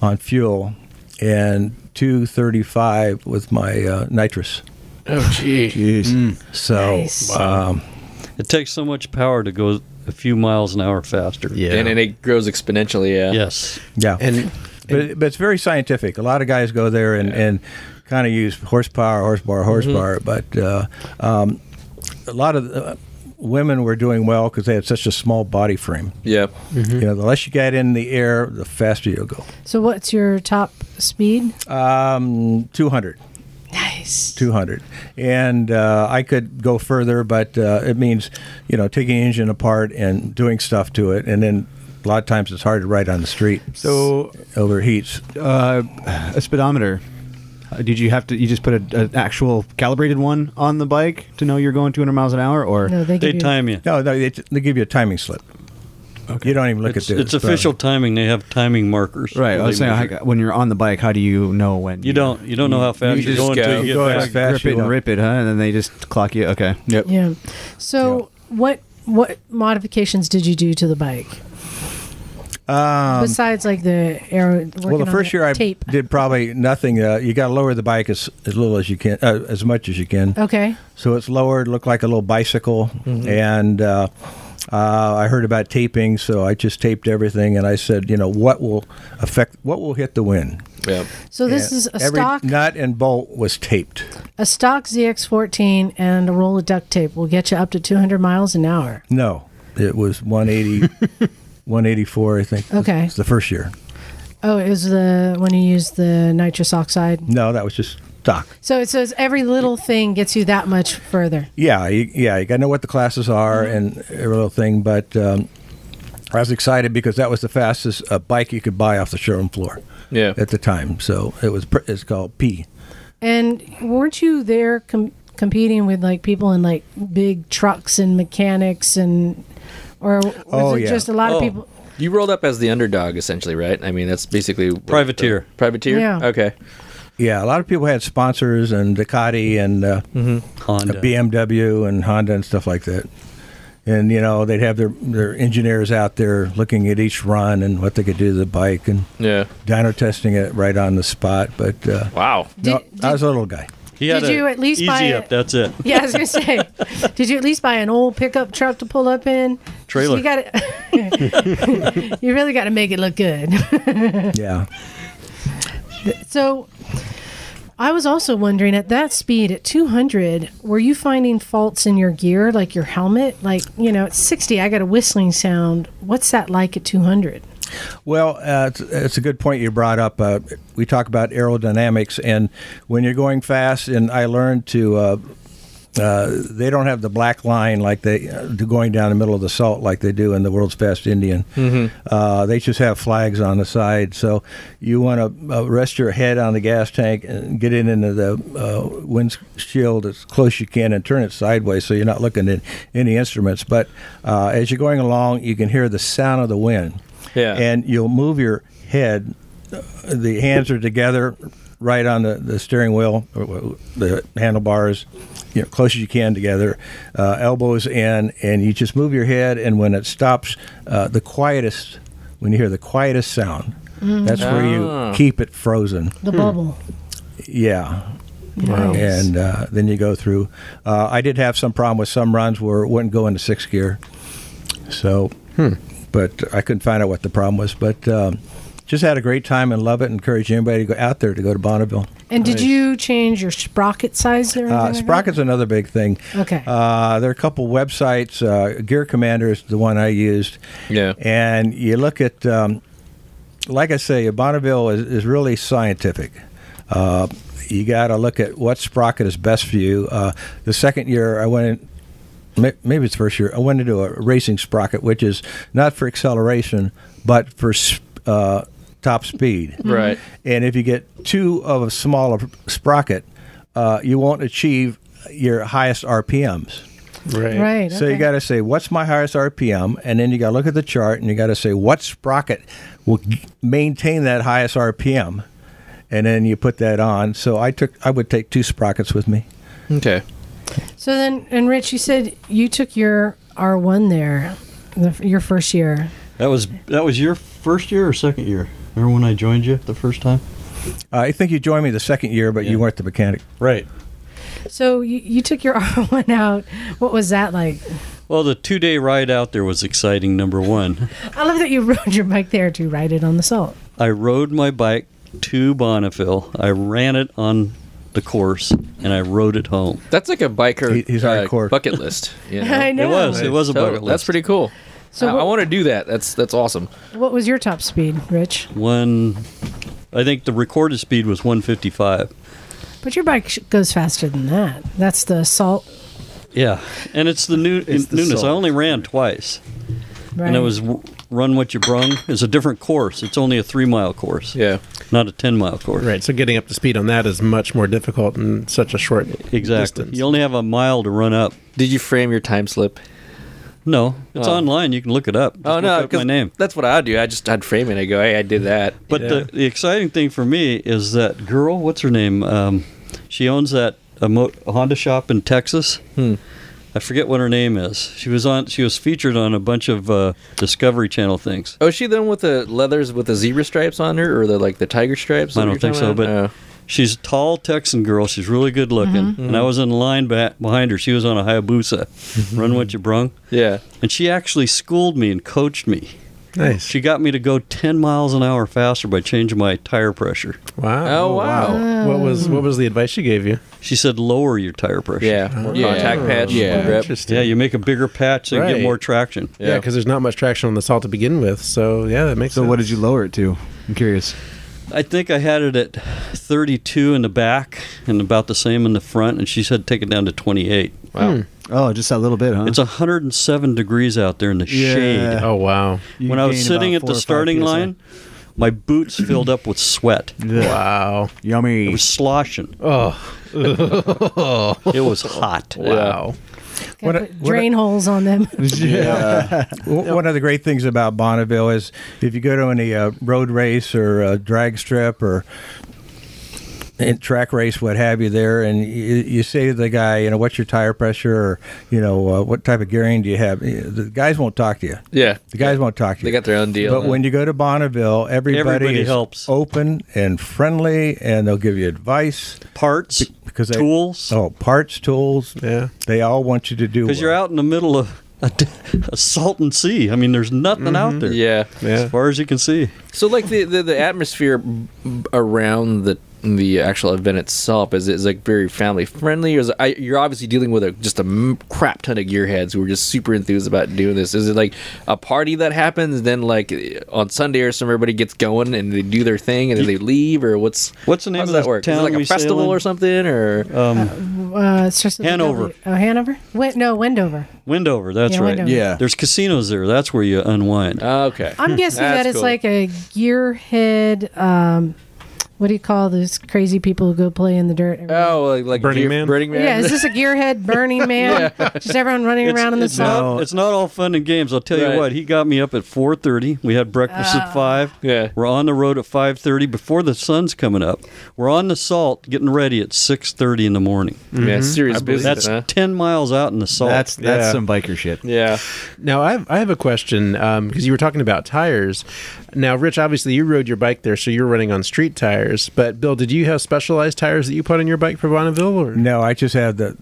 on fuel and 235 with my uh, nitrous. Oh gee. Jeez. Mm. So Nice. um, It takes so much power to go a few miles an hour faster. And and it grows exponentially. Yeah. Yes. yeah, And but, but it's very scientific. A lot of guys go there and, and kind of use horsepower, horsepower, horsepower. But uh, um, a lot of uh, women were doing well because they had such a small body frame. Yeah. You know, the less you get in the air, the faster you'll go. So, what's your top speed? Um, 200. Nice. 200 and uh, i could go further but uh, it means you know taking the engine apart and doing stuff to it and then a lot of times it's hard to ride on the street So, overheats uh, a speedometer. Uh, Did you have to? You just put a- an actual calibrated one on the bike to know you're going 200 miles an hour, or No, they They give you- time you. No, no, they, they give you a timing slip. You don't even look It's, at this. it's official timing. They have timing markers. right? I was They saying measure. how- when you're on the bike, how do you know when You don't. You don't know how you fast you are just going go. until you Go get ahead. back. fast grip you it and are. rip it, huh? And then they just clock you. Okay. Yep. Yeah. So, what what modifications did you do to the bike Um, besides like the aero? well, the first year I tape. did probably nothing. Uh, you got to lower the bike as, as little as you can, uh, as much as you can. Okay. So it's lowered, looked like a little bicycle. Mm-hmm. And uh, uh, I heard about taping, so I just taped everything. And I said, you know, what will affect, what will hit the wind? Yeah. So this And is a every stock nut and bolt was taped. a stock ZX14 and a roll of duct tape will get you up to 200 miles an hour. *laughs* No, it was 180, 184, I think. Okay. It's the first year. Oh, it was the when you use the nitrous oxide. No, that was just stock. So it says every little thing gets you that much further. Yeah, you, yeah, you got to know what the classes are and every little thing. But um, I was excited because that was the fastest uh, bike you could buy off the showroom floor Yeah. at the time. So it was pr- it's called P. And weren't you there com- competing with like people in like big trucks and mechanics and, or was Oh, it yeah. just a lot Oh. of people? You rolled up as the underdog, essentially, right? I mean, that's basically what- Privateer. privateer. Yeah. Okay. Yeah, a lot of people had sponsors and Ducati and uh, Honda. a BMW and Honda and stuff like that. And you know they'd have their their engineers out there looking at each run and what they could do to the bike and Yeah. dyno testing it right on the spot. But uh, Wow. no, Did- I was a little guy. He had Did a you at least easy buy a- up? That's it. Yeah, I was gonna say, *laughs* did you at least buy an old pickup truck to pull up in? Trailer. You got *laughs* You really got to make it look good. Yeah, So, I was also wondering at that speed at 200, were you finding faults in your gear, like your helmet? Like, you know, at 60, I got a whistling sound. What's that like at 200? Well, uh, it's, it's a good point you brought up. Uh, we talk about aerodynamics, and when you're going fast, and I learned to, uh, uh, they don't have the black line like they uh, going down the middle of the salt like they do in the world's fast Indian. Uh, they just have flags on the side, so you want to uh, rest your head on the gas tank and get in into the uh, windshield as close you can and turn it sideways so you're not looking at any instruments. But uh, as you're going along, you can hear the sound of the wind. Yeah. And you'll move your head. uh, The hands are together right on the, the steering wheel, or, or the handlebars, you know, close as you can together, uh, elbows in, and you just move your head. And when it stops, uh, the quietest, when you hear the quietest sound, that's where Ah. you keep it frozen. Hmm. The bubble. Yeah. And uh, then you go through. Uh, I did have some problem with some runs where it wouldn't go into sixth gear. So, but I couldn't find out what the problem was. But um, just had a great time and love it. Encourage anybody to go out there to go to Bonneville. And did you change your sprocket size there? Uh, Sprocket's another big thing. Okay. Uh, there are a couple websites. Uh, Gear Commander is the one I used. Yeah. And you look at, um, like I say, Bonneville is, is really scientific. Uh, you got to look at what sprocket is best for you. Uh, the second year I went in, ma- maybe it's first year, I went into a racing sprocket, which is not for acceleration, but for sp- uh, top speed. Mm-hmm. Mm-hmm. Right. And if you get two of a smaller sprocket, uh, you won't achieve your highest RPMs. Right. Right. So you okay. got to say, what's my highest RPM? And then you got to look at the chart and you got to say, what sprocket will g- maintain that highest RPM? And then you put that on. So I took, I would take two sprockets with me. Okay. So then, and Rich, you said you took your R1 there, the, f- your first year. That was that was your first year or second year? Remember when I joined you the first time? Uh, I think you joined me the second year, but Yeah. you weren't the mechanic. Right. So you, you took your *laughs* R1 out. What was that like? Well, the two day ride out there was exciting. Number one, I love that you *laughs* rode your bike there to ride it on the salt. I rode my bike to Bonneville. I ran it on the course, and I rode it home. That's like a biker uh, He- he's hardcore. bucket list. *laughs* You know? I know. It was it was a So bucket That's list. pretty cool. So I, what- want to do that. That's that's awesome. What was your top speed, Rich? One, I think the recorded speed was 155. But your bike sh- goes faster than that. That's the salt, Yeah, and it's the new It's the newness. I salt. only ran twice, right? and it was w- run what you brung. It's a different course. It's only a three mile course. Yeah. not a ten mile course. Right. So getting up to speed on that is much more difficult in such a short Exactly. distance. You only have a mile to run up. Did you frame your time slip? No, it's Oh. online. You can look it up. Just oh look no, up my 'cause name. Mm-hmm. That's what I do. I just I'd frame it. I go, hey, I did that. But the, the exciting thing for me is that girl. What's her name? Um, she owns that a mo- a Honda shop in Texas. Hmm. I forget what her name is. She was on. She was featured on a bunch of uh, Discovery Channel things. Oh, is she the one with the leathers with the zebra stripes on her, or the like the tiger stripes? I don't think so, but she's a tall Texan girl. She's really good looking. And I was in line ba- behind her. She was on a Hayabusa, Mm-hmm. run what you brung. Oh. yeah, And she actually schooled me and coached me. Nice. She got me to go 10 miles an hour faster by changing my tire pressure. wow. Oh, wow. What was what was the advice she gave you? She said, lower your tire pressure. yeah, more contact patch, Yeah. grip. Interesting. Yeah, you make a bigger patch so you Right. get more traction. Yeah, because there's not much traction on the salt to begin with. So yeah, that makes So sense. what did you lower it to? I'm curious. I think I had it at 32 in the back and about the same in the front, and she said take it down to 28. Wow. Oh, just a little bit, huh? It's 107 degrees out there in the Yeah. shade. Oh wow. You when I was gain sitting about four at the or five starting PSI. line, my *clears throat* boots filled up with sweat. It Ugh. Wow. Yummy. was sloshing. Oh *laughs* It was hot. wow. What Gotta a- put what a- drain holes on them. W- One of the great things about Bonneville is if you go to any uh, road race or uh, drag strip or in track race, what have you, there, and you, you say to the guy, you know, what's your tire pressure, or you know, uh, what type of gearing do you have? The guys won't talk to you. Yeah. The guys won't talk to you. They got their own deal. But when you go to Bonneville, everybody, Everybody is helps. open and friendly, and they'll give you advice Parts, because they, tools. oh, parts, tools, Yeah. they all want you to do. Because you're well. out in the middle of a, d- a salton sea. I mean, there's nothing out there. Mm-hmm. yeah. Yeah. As far as you can see. So like the the, the atmosphere b- around the the actual event itself is is like very family friendly. Or is I, you're obviously dealing with a, just a m- crap ton of gearheads who are just super enthused about doing this. Is it like a party that happens then like on Sunday or something everybody gets going and they do their thing and then they leave or what's What's the name how does of that the work? Is town it like we a sail festival in? or something or Uh, it's just Hanover. Oh, Hanover? Wait, no, Wendover. Wendover, that's Yeah, right. Wendover. Uh, Yeah. There's casinos there. That's where you unwind. Ah, okay? I'm guessing That's that it's cool. like a gearhead. Um, what do you call those crazy people who go play in the dirt? every- oh like, like Burning Man? Burning Man. yeah, is this a gearhead Burning Man? Just everyone running around in the it's, uh, not, sun. it's not all fun and games. I'll tell Right. you what. He got me up at 4:30. We had breakfast Oh. at five. Yeah. we're on the road at 5:30 before the sun's coming up. We're on the salt, getting ready at 6:30 in the morning. *laughs* yeah, serious business. Mm-hmm. That's Huh? 10 miles out in the salt. That's that's Yeah. some biker shit. yeah. Now I have, I have a question because you were talking about tires. Now, Rich, obviously you rode your bike there, so you're running on street tires. But Bill, did you have specialized tires that you put on your bike for Bonneville? Or No, I just have the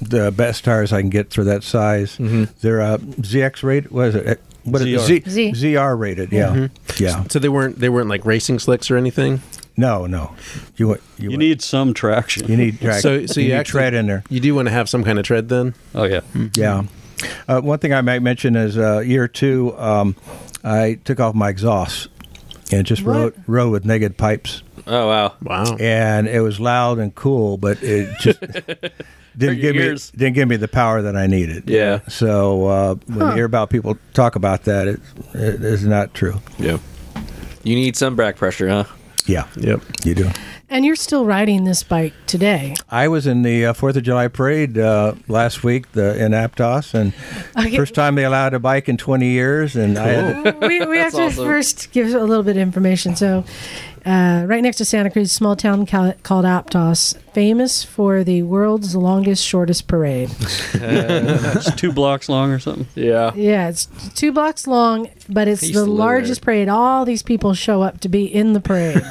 the best tires I can get for that size. They're uh, ZX rated. What is it? What is ZR. it? Z, ZR rated. Yeah, yeah. so they weren't they weren't like racing slicks or anything. No, no. You want- you, you want- need some traction. you need drag. So so you, you, need actually tread in there. You do want to have some kind of tread then. oh yeah. Yeah. Uh, one thing I might mention is uh, year two, um, I took off my exhaust and just What? rode rode with naked pipes, Oh wow. Wow. and it was loud and cool, but it just your didn't give ears. me didn't give me the power that I needed. Yeah. So uh, when you hear about people talk about that, it, it is not true. Yeah. You need some back pressure, huh? Yeah, Yep. you do. And you're still riding this bike today. I was in the uh, Fourth of July parade uh, last week the, in Aptos, and Okay. first time they allowed a bike in 20 years, and I had we, we have to awesome. first give a little bit of information. So, uh, right next to Santa Cruz, small town cal- called Aptos, famous for the world's longest, shortest parade. It's 2 blocks long or something. Yeah. Yeah, it's two blocks long, but it's used the to live largest there. parade. All these people show up to be in the parade.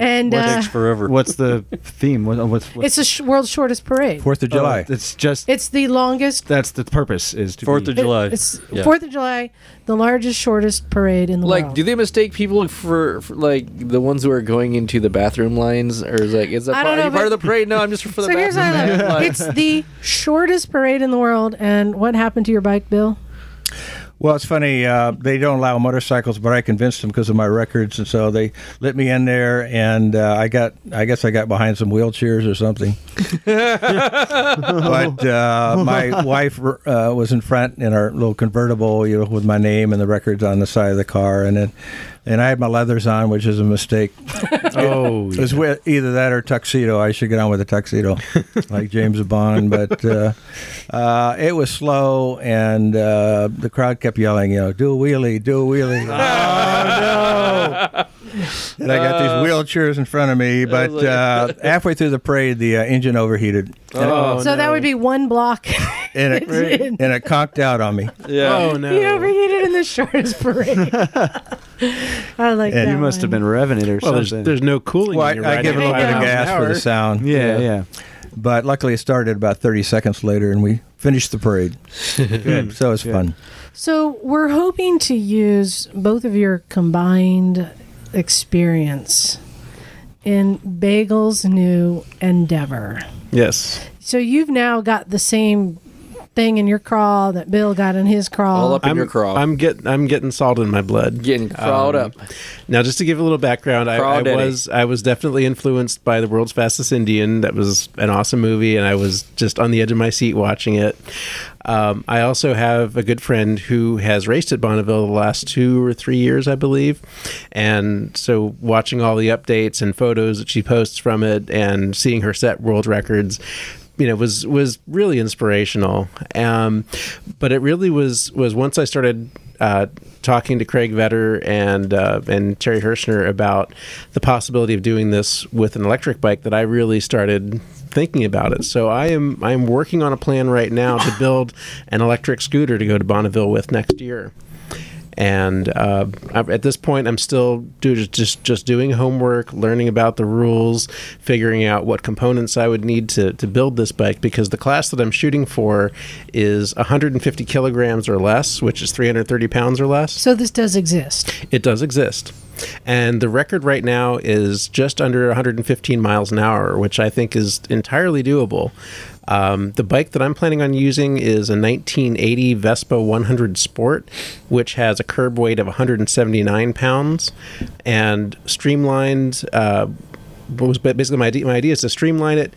and It uh, takes forever. What's *laughs* the theme? What, what's, what's it's the sh- world's shortest parade. Fourth of oh, July. It's just It's the longest. that's the purpose is to 4th be- of July. It's Yeah. Fourth of July, the largest, shortest parade in the Like, world. do they mistake people for, for like the ones who are going into the bathroom lines, or is like is that I part, don't know, are you part of but- the parade? No, I'm just for the so here's bathroom. what I line. love. *laughs* Like, It's the shortest parade in the world. And what happened to your bike, Bill? Well, it's funny. Uh, they don't allow motorcycles, but I convinced them because of my records, and so they let me in there. And uh, I got, I guess, I got behind some wheelchairs or something. but uh, my wife uh, was in front in our little convertible, you know, with my name and the records on the side of the car, and then, and I had my leathers on, which is a mistake. Oh. It was with either that or tuxedo. I should get on with a tuxedo, like James Bond. But uh, uh, it was slow, and uh, the crowd kept yelling, you know, "Do a wheelie, do a *laughs* wheelie." oh no! And I got these wheelchairs in front of me, but was like- *laughs* uh, halfway through the parade, the uh, engine overheated, oh, so that would be one block. *laughs* and it did. and it conked out on me. yeah. Oh no. he overheated in the shortest parade. I like that. And you You must have one. been revving it or Well, there's, something. there's no cooling. *laughs* Well, when you're I, I riding gave it a little at bit of 100 miles gas an for the hour. sound. yeah, yeah. But luckily, it started about 30 seconds later, and we finished the *laughs* parade. So it was fun. So we're hoping to use both of your combined experience in Bagel's new endeavor. Yes. So you've now got the same thing in your crawl that Bill got in his crawl. All up in I'm, your crawl. I'm getting I'm getting salt in my blood. Um, Getting crawled up. Now, just to give a little background, I, I Crawdaddy. was I was definitely influenced by the world's fastest Indian. That was an awesome movie, and I was just on the edge of my seat watching it. Um, I also have a good friend who has raced at Bonneville the last two or three years, I believe, and so watching all the updates and photos that she posts from it, and seeing her set world records, you know was was really inspirational um, but it really was was once i started uh, talking to craig vetter and uh, and terry hirschner about the possibility of doing this with an electric bike that i really started thinking about it so i am i'm working on a plan right now to build an electric scooter to go to bonneville with next year and uh, I- at this point, I'm still do, just just doing homework, learning about the rules, figuring out what components I would need to to build this bike because the class that I'm shooting for is 150 kilograms or less, which is 330 pounds or less. so this does exist. It does exist. And the record right now is just under 115 miles an hour, which I think is entirely doable. Um, the bike that I'm planning on using is a 1980 Vespa 100 Sport, which has a curb weight of 179 pounds and streamlined. Uh, what was ba- basically my idea, my idea is to streamline it,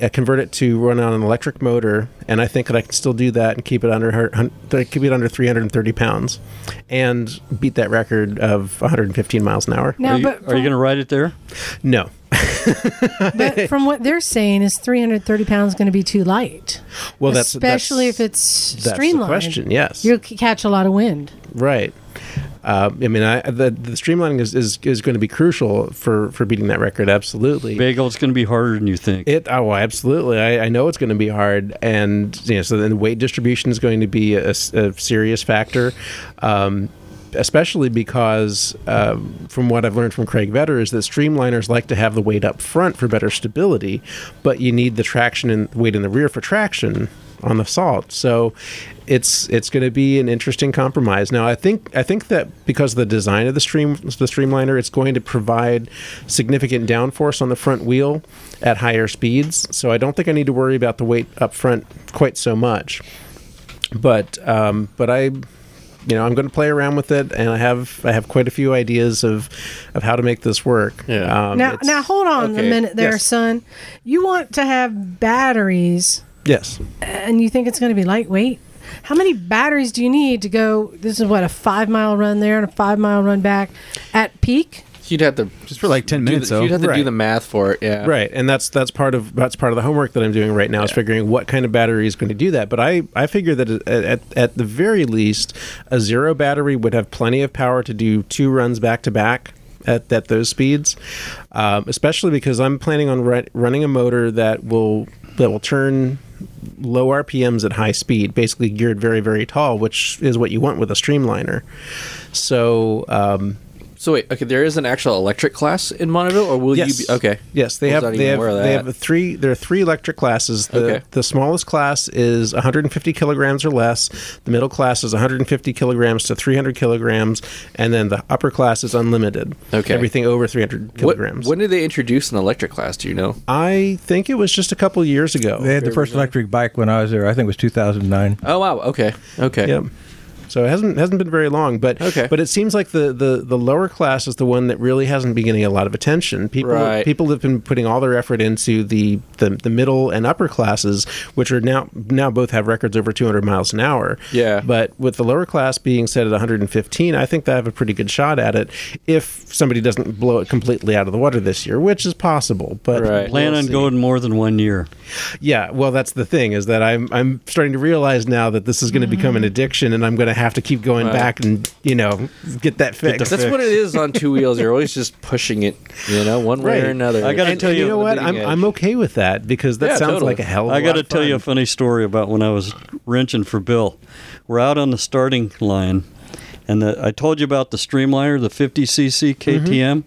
uh, convert it to run on an electric motor, and I think that I can still do that and keep it under her- hun- th- keep it under 330 pounds, and beat that record of 115 miles an hour. Now, are you, but, are you from, going to ride it there? No, *laughs* but from what they're saying, is 330 pounds going to be too light? well that's especially that's- if it's that's the streamlined. question, yes. you'll c- catch a lot of wind. Right. Uh, I mean, I, the, the streamlining is, is, is going to be crucial for, for beating that record. Absolutely. Bagel, it's going to be harder than you think. It oh absolutely I, I know it's going to be hard and you know so then weight distribution is going to be a, s- a serious factor, um, especially because um, from what I've learned from Craig Vetter is that streamliners like to have the weight up front for better stability, but you need the traction and weight in the rear for traction on the salt. So it's it's going to be an interesting compromise. Now I think I think that because of the design of the stream the streamliner, it's going to provide significant downforce on the front wheel at higher speeds. So I don't think I need to worry about the weight up front quite so much. But um, but I you know I'm going to play around with it, and I have I have quite a few ideas of of how to make this work. Yeah. Um, now, it's- now hold on a okay, minute there, yes. son. You want to have batteries, yes. and you think it's going to be lightweight. How many batteries do you need to go? This is what a five mile run there and a five mile run back at peak. You'd have to just for like 10 minutes, though. You'd have to do Right. the math for it. Yeah. right and that's that's part of that's part of the homework that i'm doing right now is figuring what kind of battery is going to do that but i i figure that at, at, at the very least a zero battery would have plenty of power to do two runs back to back at, at those speeds um, especially because i'm planning on ri- running a motor that will that will turn low RPMs at high speed, basically geared very, very tall, which is what you want with a streamliner. So, um, So wait, okay, there is an actual electric class in Monterville, or will yes. you be okay? Yes, they I was have. not They even have. aware of They have that. a three. There are three electric classes. The Okay. the smallest class is 150 kilograms or less. The middle class is 150 kilograms to 300 kilograms, and then the upper class is unlimited. Okay. Everything over 300 What- kilograms. when did they introduce an electric class? Do you know? I think it was just a couple years ago. They had the first electric bike when I was there. I think it was 2009. Oh wow. Okay. Okay. Yep. So it hasn't hasn't been very long, but Okay. but it seems like the, the, the lower class is the one that really hasn't been getting a lot of attention. People Right. people have been putting all their effort into the, the, the middle and upper classes, which are now now both have records over 200 miles an hour. Yeah. But with the lower class being set at 115, I think they have a pretty good shot at it if somebody doesn't blow it completely out of the water this year, which is possible. But Right. Plan we'll on see. going more than one year. Yeah, well, that's the thing is that I'm I'm starting to realize now that this is going to become an addiction, and I'm going to have to keep going Mm. Right. back and you know get that fixed. That's what it is on two wheels. You're always just pushing it, you know, one way Right. or another. I gotta It's tell And on you know the what? I'm, bleeding I'm edge. okay with that because that Yeah, sounds totally. like a hell of a I got to lot of tell you a fun. funny story about when I was wrenching for Bill. We're out on the starting line, and the, I told you about the streamliner, the 50cc KTM,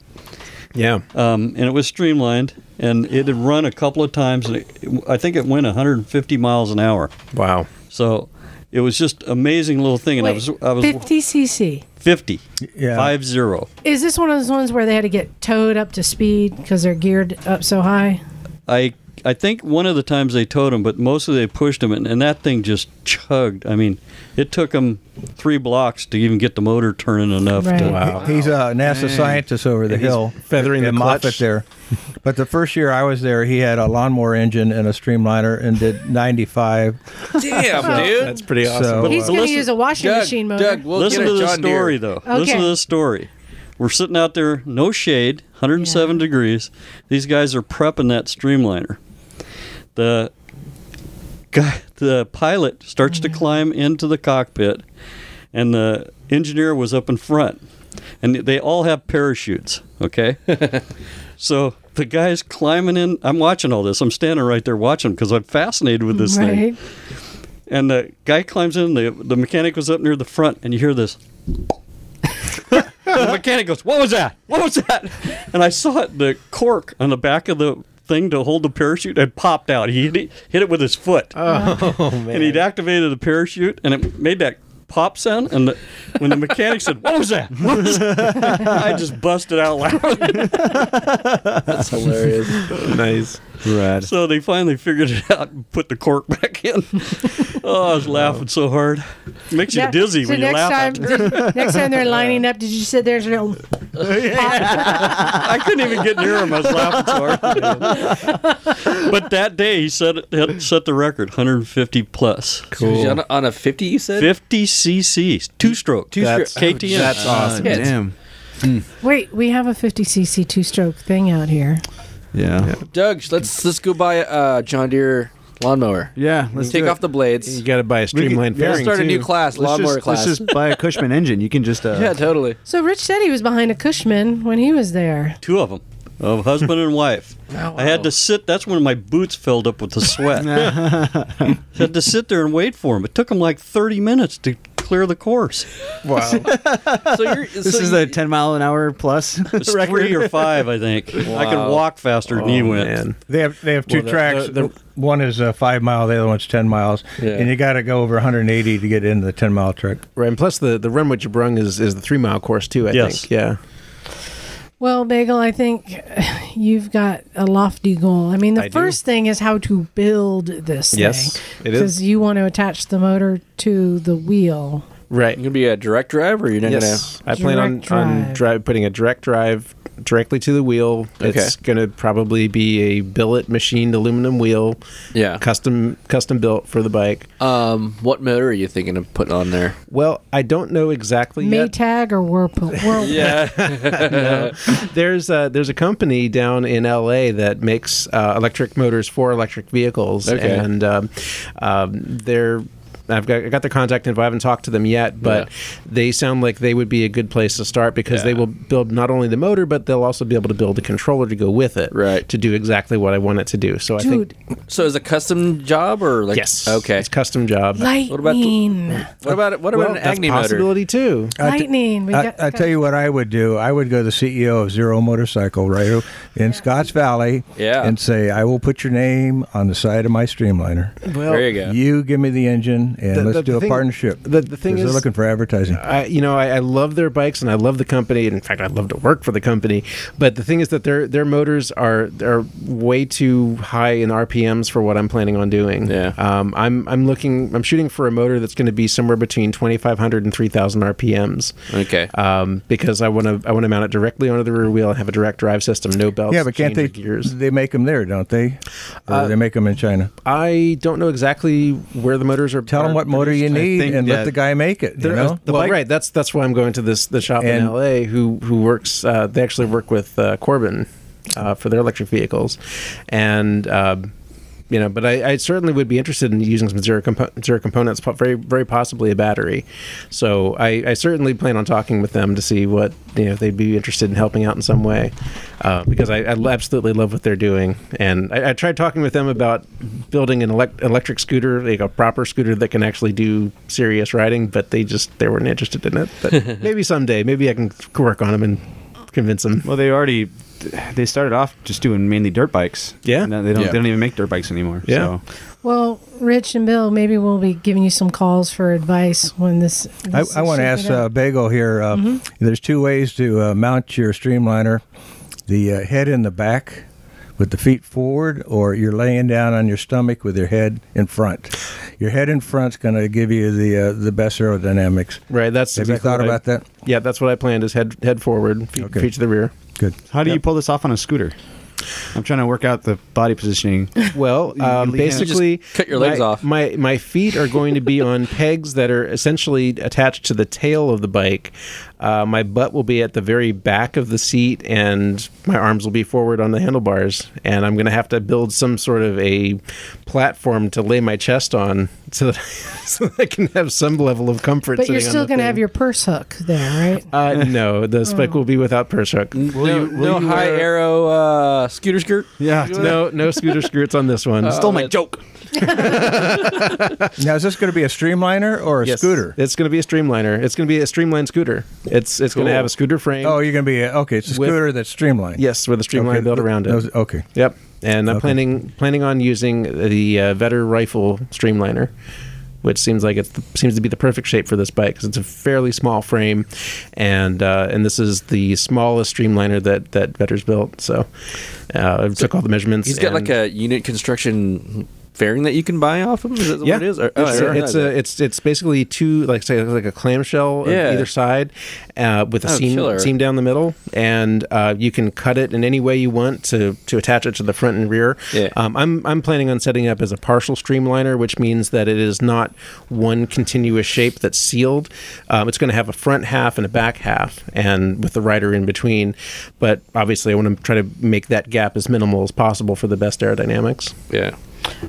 Yeah, uh, um, and it was streamlined, and it had run a couple of times, and it, I think it went 150 miles an hour. wow. So it was just amazing little thing, and I was I was 50 cc. 50, Yeah. five zero. Is this one of those ones where they had to get towed up to speed because they're geared up so high? I I think one of the times they towed him, but mostly they pushed him, and, and that thing just chugged. I mean, it took him three blocks to even get the motor turning enough. To, Right. uh, He- Uh, He's a NASA scientist over the And he's hill, feathering the in clutch. Moffett there. But the first year I was there, he had a lawnmower engine and a streamliner *laughs* and did 95. Damn, dude. That's pretty awesome. So- But He's But going to listen- use a washing Doug, machine motor. Doug, we'll Listen get to a the John Deere. story, though. Listen Okay. to the story. We're sitting out there, no shade, 107 degrees. These guys are prepping that streamliner. The guy, the pilot starts Mm-hmm. to climb into the cockpit, and the engineer was up in front. And they all have parachutes, *laughs* okay? so the guy's climbing in. I'm watching all this. I'm standing right there watching because I'm fascinated with this thing right? and the guy climbs in. The, the mechanic was up near the front, and you hear this. the mechanic goes, "What was that? What was that?" And I saw it. The cork on the back of the thing to hold the parachute had popped out. He hit it, hit it with his foot, *laughs* oh man, and he'd activated the parachute, and it made that pop sound. And the, when the mechanic said, "What was that?" What was that?" I just busted out loud. That's hilarious. *laughs* nice. Rad. so they finally figured it out and put the cork back in. oh, I was laughing so hard. Makes you Yeah. dizzy So when you next laugh. Time, after. *laughs* next time they're lining up, did you sit there and "Oh, go, I couldn't even get near him. I was laughing so hard. *laughs* but that day, he set it- set the record 150 plus. Cool. On a, on a 50, you said? 50 cc's, two stroke. Two That's- stroke. KTM. that's awesome. God damn. wait, we have a 50cc two stroke thing out here. Yeah. Doug, let's let's go buy a uh, John Deere lawnmower. Yeah. Let's Take do off it. the blades. You got to buy a We could- streamlined yeah, Let's fairing start a new too. class, Let's lawnmower just, class. let's just buy a Cushman engine. You can just uh, *laughs* yeah, *laughs* *laughs* totally. So Rich said he was behind a Cushman when he was there. Two of them. Of husband and *laughs* wife. I had to sit. That's when my boots filled up with the sweat. *laughs* had to sit there and wait for him. It took him like 30 minutes to clear the *laughs* course. *laughs* So you're, *laughs* This *laughs* is a 10 mile an *laughs* hour plus. It was three or five, I think. I could walk faster than he went. Oh, Man. They have they have two Well, the- tracks. the- the- one is uh, five mile, the other one's ten miles, Yeah. and you got to go over 180 to get into the ten mile track. Right, and plus the the run with Jabrung is is the three mile course too. I Yes. think. Yeah. Well, Bagel, I think *sighs* you've got a lofty goal. I mean, the I do. first thing is how to build this Yes, thing. it is. Because you want to attach the motor to the wheel. Right. going to be a direct drive or you're not Yes, I plan on Direct on drive. drive putting a direct drive directly to the wheel. It's going to probably be a billet machined aluminum wheel, going to. custom custom built for the bike. Yeah. Um, what motor are you thinking of putting on there? Well, I don't know exactly yet. Maytag or Whirlpool? Whirlpool. Yeah. There's a, there's a company down in LA that makes uh, electric motors for electric vehicles, Okay. and um, um, they're. I've got, I got their contact info. I haven't talked to them yet, but they sound like they would be a good place to start because they will build not only the motor, but they'll also be able to build the controller to go with it, Right. To do exactly what I want it to do. So I Dude, think *laughs* so is it a custom job or like yes, Okay. it's custom job. about the- lightning. What about what about well, an that's Agni motor? possibility too. lightning. We I, got- I tell you what I would do. I would go to the CEO of Zero Motorcycle right o- in Scotts Valley Yeah. and say, I will put your name on the side of my Streamliner. Well, there you go. You give me the engine and The- let's the do a thing- partnership. the- the thing is- 'Cause they're looking for advertising. I, you know, I, I love their bikes and I love the company. In fact, I love to work for the company. But the thing is that their their motors are are way too high in RPMs for what I'm planning on doing. Yeah. Um, I'm I'm looking I'm shooting for a motor that's going to be somewhere between 2,500 and 3,000 RPMs. Mm. Okay. Um, because I want to I want to mount it directly onto the rear wheel and have a direct drive system, no belts. yeah, but can't change they? of gears? They make them there, don't they? Or Uh, they make them in China. I don't know exactly where the motors are. Tell them are what motor you produced. I need think and that- let the guy make it. You There- know? well, right. That's that's why I'm going to this the shop in And- LA. Who who works? Uh, they actually work with uh, Corbin uh, for their electric vehicles, and. Uh, you know, but I, I certainly would be interested in using some zero compo- zero components, po- very very possibly a battery. So I, I certainly plan on talking with them to see what you know if they'd be interested in helping out in some way, uh, because I, I absolutely love what they're doing. And I, I tried talking with them about building an elect- electric scooter, like a proper scooter that can actually do serious riding, but they just they weren't interested in it. *laughs* But maybe someday, maybe I can work on them and convince them. Well, they already they started off just doing mainly dirt bikes. Yeah. And they don't Yeah. they don't even make dirt bikes anymore. Yeah. So. Well, Rich and Bill, maybe we'll be giving you some calls for advice when this. I, this I is want to shaken ask uh, out. Bagel here. Uh, There's two ways to uh, mount your streamliner: the uh, head in the back, with the feet forward or you're laying down on your stomach with your head in front. Your head in front's going to give you the uh, the best aerodynamics. Right. That's Have exactly you thought what I- about that? Yeah, that's what I planned. Is head head forward, feet, Okay. feet to the rear. *laughs* Good. How do you pull this off on a scooter? I'm trying to work out the body *laughs* positioning. Well, um, lean in. basically, cut your legs my, off. My my feet are going to be on *laughs* pegs that are essentially attached to the tail of the bike. Uh, my butt will be at the very back of the seat, and my arms will be forward on the handlebars. And I'm going to have to build some sort of a platform to lay my chest on, *laughs* so that, so that I can have some level of comfort. But you're sitting on still the going to thing. have your Oh. purse hook there, right? Uh, no, the spec will be without purse hook. Will no, you, no high arrow uh, scooter skirt. yeah. No, no scooter skirts on this one. Stole my joke. Now, is this going to be a streamliner or a Yes. scooter? It's going to be a streamliner. It's going to be a streamlined scooter. It's it's going to Cool. have a scooter frame. Oh, you're going to be okay. It's a With- scooter that's streamlined. yes, with a streamline Okay, built th- around it. those- okay. Yep. And I'm Okay. planning planning on using the uh, Vetter rifle streamliner, which seems like it seems to be the perfect shape for this bike because it's a fairly small frame, and uh, and this is the smallest streamliner that that Vetter's built. So uh, I took all the measurements. He's got and- like a unit construction fairing that you can buy off him. Is that what yeah, it is? Or- oh, I it's, didn't it's realize a that. it's it's basically two like say like a clamshell on Yeah. either side, uh, with a Oh, seam killer. seam down the middle, and uh, you can cut it in any way you want to to attach it to the front and rear. Yeah. Um, I'm I'm planning on setting up as a partial streamliner, which means that it is not one continuous shape that's sealed. Um, it's going to have a front half and a back half, and with the rider in between. But obviously, I want to try to make that gap as minimal as possible for the best aerodynamics. yeah.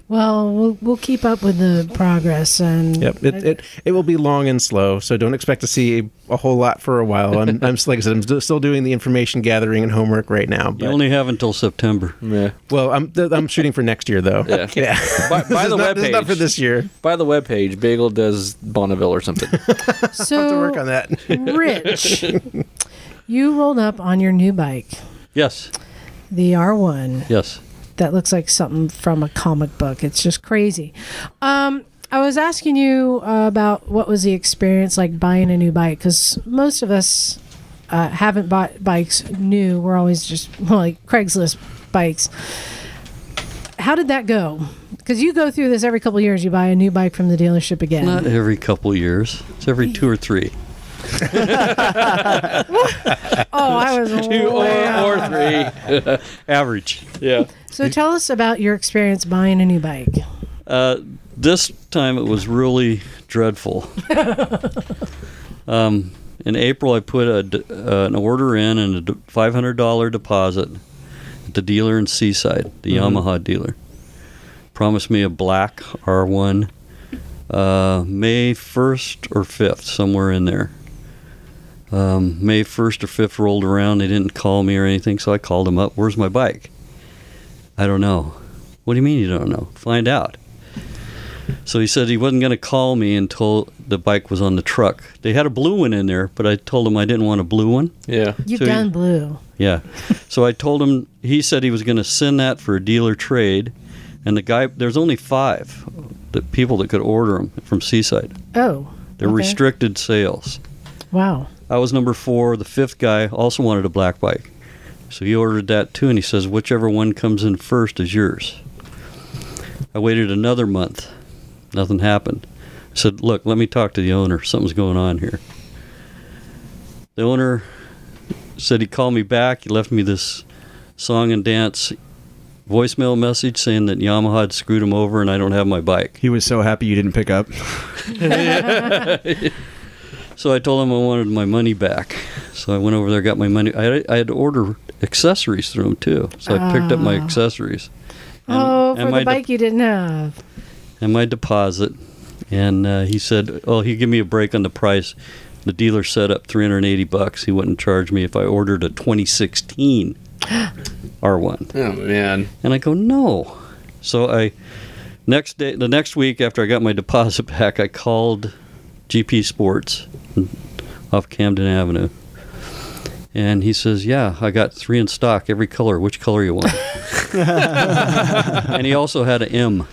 Well, we'll we'll keep up with the progress and Yep, it, it it will be long and slow, so don't expect to see a whole lot for a while. *laughs* I'm, I'm like I said, I'm st- still doing the information gathering and homework right now. You But, only have until September. *laughs* Yeah. well, I'm th- I'm shooting for next year though. *laughs* Yeah. By, This by is the not, web this is not for page. this year. By the web page, Bagel does Bonneville or something. *laughs* so To work on that. *laughs* Rich, you rolled up on your new bike, Yes. the R1, Yes. that looks like something from a comic book. It's just crazy. Um, I was asking you uh, about what was the experience like buying a new bike because most of us uh, haven't bought bikes new. We're always just *laughs* well, like Craigslist bikes. How did that go? Because you go through this every couple of years. You buy a new bike from the dealership again. Not every couple years. It's every two or three. *laughs* oh, I was Two way off. or, or three. *laughs* Average. Yeah. So tell us about your experience buying a new bike. Uh, this time it was really dreadful. um, in April, I put a d uh, an order in and a d- $500 deposit at the dealer in Seaside, the Yamaha dealer. Promised me a black R1 uh, May 1st or 5th, somewhere in there. Um, May 1st or 5th rolled around. They didn't call me or anything, so I called them up. Where's my bike? I don't know. What do you mean you don't know? Find out. So he said he wasn't going to call me until the bike was on the truck. They had a blue one in there, but I told him I didn't want a blue one. *laughs* yeah. You've So you- done blue. Yeah. so I told him he said he was going to send that for a dealer trade, and the guy there's only five the people that could order them from Seaside. Oh, They're Okay. restricted sales. wow. I was number four. The fifth guy also wanted a black bike. So he ordered that too, and he says, whichever one comes in first is yours. I waited another month. Nothing happened. I said, look, let me talk to the owner. Something's going on here. The owner said he called me back. He left me this song and dance voicemail message saying that Yamaha had screwed him over and I don't have my bike. He was so happy you didn't pick up. So I told him I wanted my money back. So I went over there, got my money. I had, I had to order accessories through him too. So I picked up my Ah. accessories. And- oh, and for my the de- bike you didn't have. and my deposit. And uh, he said, "Oh, he give me a break on the price." The dealer set up 380 bucks. He wouldn't charge me if I ordered a *gasps* 2016 R1. Oh man. And I go, no. So I next day, the next week after I got my deposit *laughs* back, I called GP Sports off Camden Avenue, and he says, "Yeah, I got three in stock, every color. Which color you want?" and he also had an M.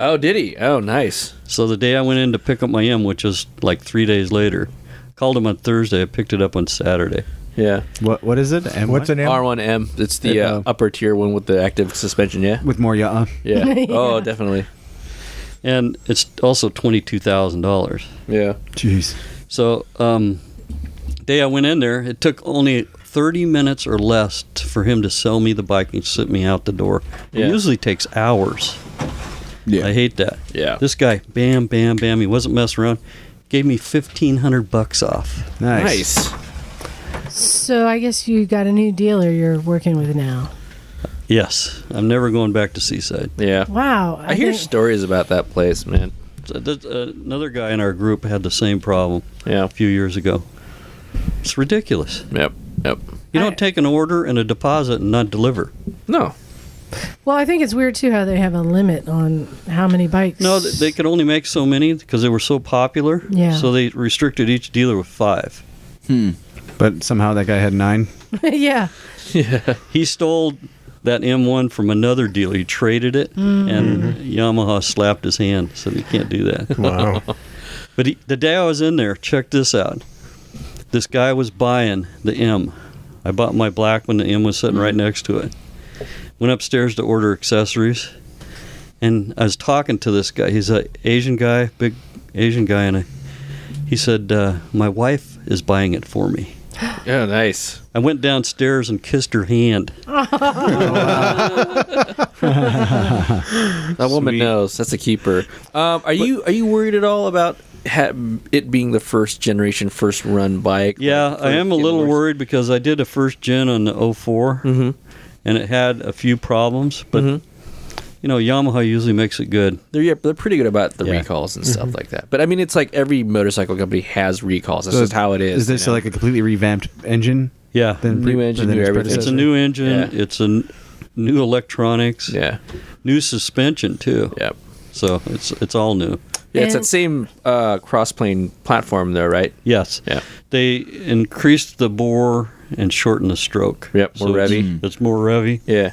Oh, did he? Oh, nice. So the day I went in to pick up my M, which was like three days later, called him on Thursday. I picked it up on Saturday. Yeah. What what is it? And What's an M? R1M. It's the It, uh, uh, upper tier one with the active suspension. Yeah. with more uh, yeah. *laughs* Yeah. Oh, definitely. and it's also twenty two thousand dollars. Yeah. Jeez. So um, day I went in there, it took only thirty minutes or less t- for him to sell me the bike and ship me out the door. Yeah. It usually takes hours. *laughs* Yeah. I hate that. Yeah. This guy, bam, bam, bam. He wasn't messing around. Gave me fifteen hundred bucks off. Nice. Nice. So I guess you got a new dealer you're working with now. Yes, I'm never going back to Seaside. Yeah. Wow. I, hear think- stories about that place, man. So th- uh, another guy in our group had the same problem Yeah. a few years ago. It's ridiculous. Yep. Yep. You I- don't take an order and a deposit and not deliver. *laughs* No. Well, I think it's weird too how they have a limit on how many bikes. No, th- they could only make so many because they were so popular. Yeah. So they restricted each dealer with five. But somehow that guy had nine. *laughs* yeah. He stole that M1 from another dealer. He traded it, and Yamaha slapped his hand, said you can't do that. Wow. *laughs* But he, the day I was in there, check this out. This guy was buying the M. I bought my black one. The M was sitting right next to it. Went upstairs to order accessories, and I was talking to this guy. He's a Asian guy, big Asian guy, and I, he said, uh, "My wife is buying it for me." Oh, Yeah. Nice. I went downstairs and kissed her hand. That woman knows. That's a keeper. Um, are you are you worried at all about ha- it being the first generation, first run bike? Yeah, Like, I am a for- little worried because I did a first gen on the 4 Mm-hmm. and it had a few problems, but Mm-hmm. you know, Yamaha usually makes it good. They're yeah, Mm-hmm. they're pretty good about the Yeah. recalls and stuff like that. But I mean, it's like every motorcycle company has recalls. That's just how it is. Is this uh, you know? like a completely revamped engine? Yeah. Then New engine, than new its everything. It's a predecessor? new engine. Yeah. It's a n- new electronics. yeah, New suspension too. yeah, So it's it's all new. yeah. It's And- that same uh, cross-plane platform though, right? Yes. Yeah. They increased the bore and shortened the stroke. Yep, more it's- revvy. It's, more revvy. Yeah.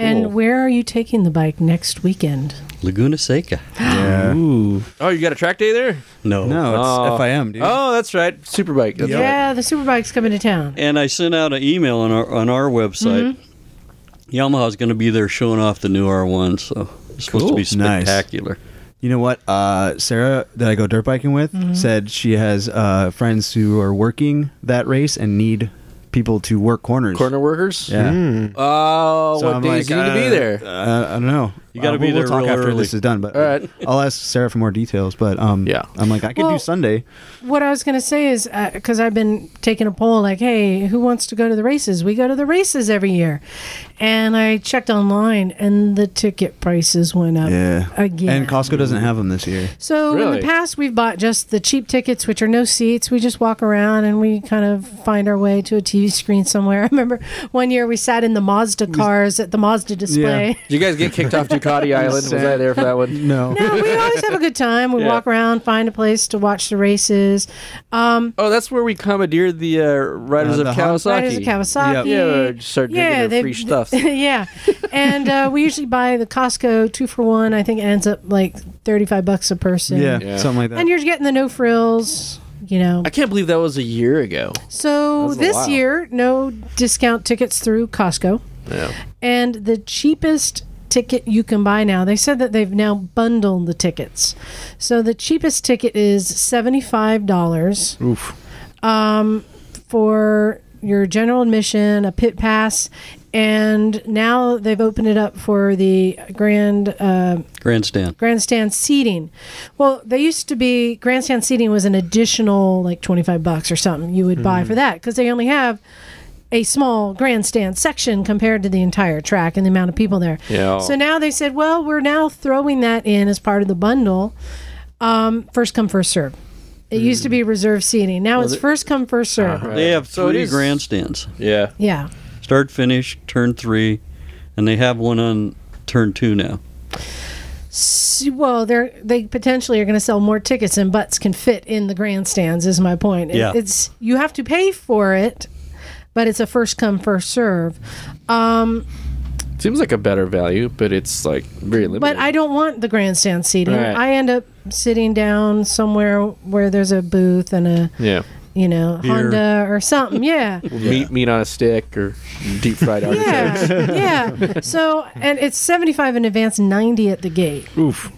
And where are you taking the bike next weekend? Laguna Seca. Oh, you got a track day there? No. No, it's Oh. FIM, dude. Oh, that's right, Superbike. That's right. Yeah, the superbike's coming to town. And I sent out an email on our on our website. Mm-hmm. Yamaha's going to be there showing off the new R1, so it's supposed to Cool. be Nice. spectacular. You know what? Uh, Sarah, that I go dirt biking with, Mm-hmm. said she has uh, friends who are working that race and need people to work corners. Corner workers. Yeah. Oh, So what I'm like, days you need to be uh, there? Uh, I don't know. You gotta Uh, be we'll, there We'll talk real after early. this is done. But All right. I'll ask Sarah for more details. But um, Yeah. I'm like, I could Well- do Sunday. What I was going to say is because I've been taking a poll like, hey, who wants to go to the races? We go to the races every year. And I checked online and the ticket prices went up uh, again. And Costco doesn't have them this year. So in Really? the past, we've bought just the cheap tickets, which are no seats. We just walk around and we kind of find our way to a TV screen somewhere. *laughs* I remember one year we sat in the Mazda cars at the Mazda display. *laughs* Did you guys get kicked *laughs* off Ducati Island? Was I there for that one? No. No, we always have a good time. We Yeah. walk around, find a place to watch the races. Um, Oh, that's where we commandeered the uh, Riders Uh, of the Hon- Kawasaki. Riders of Kawasaki. Yeah, yeah, start drinking their free stuff. *laughs* yeah, and uh, we usually buy the Costco two for one. I think it ends up like thirty-five bucks a person. Yeah, Yeah. something like that. and you're getting the no frills. You know, I can't believe that was a year ago. So was a this while. year, no discount tickets through Costco. Yeah. And the cheapest ticket you can buy now, they said that they've now bundled the tickets. So the cheapest ticket is $75 Oof. um, for your general admission, a pit pass, and now they've opened it up for the grand uh, Grandstand. grandstand seating. Well, they used to be grandstand seating was an additional like 25 bucks or something you would buy for that cuz they only have a small grandstand section compared to the entire track and the amount of people there. Yeah. So now they said, "Well, we're now throwing that in as part of the bundle. Um, first come first serve. It used to be reserved seating. Now it's first come first serve. They have So it three is- grandstands. Yeah. Yeah. Start, finish, turn three, and they have one on turn two now. S- Well, they're they potentially are going to sell more tickets than butts can fit in the grandstands. Is my point. It- Yeah. It's you have to pay for it, but it's a first come first serve. Um, Seems like a better value, but it's like very limited. but I don't want the grandstand seating. Right. I end up sitting down somewhere where there's a booth and a Yeah. you know, Beer. Honda or something. *laughs* Yeah. Meat, meat on a stick or *laughs* deep fried artichokes. Yeah, yeah. So, and it's 75 in advance, 90 at the gate Oof.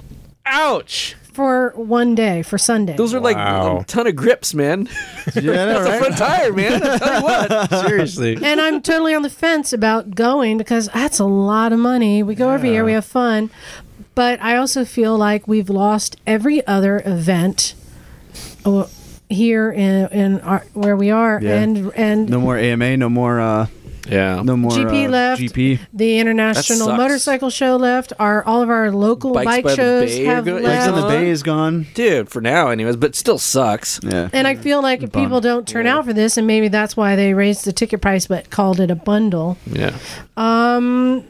Ouch! for one day, for Sunday. Those are like Wow. a ton of *laughs* grips, man. *laughs* Yeah, That's a front tire, man. I tell you what. Seriously. and I'm totally on the fence about going because that's a lot of money. We go every year, we have fun. But I also feel like we've lost every other event uh, here in, in our, where we are. Yeah. And, and No more AMA. No more. Uh, Yeah. *laughs* no more. GP uh, left. GP. the International sucks. Motorcycle Show left. Our All of our local Bikes by bike the shows Bay are have go- left. Bikes Bikes on the Uh, Bay is gone. Dude, for now, anyways, but still sucks. Yeah. And I feel like if Bun. people don't turn out for this, and maybe that's why they raised the ticket price but called it a bundle, Yeah.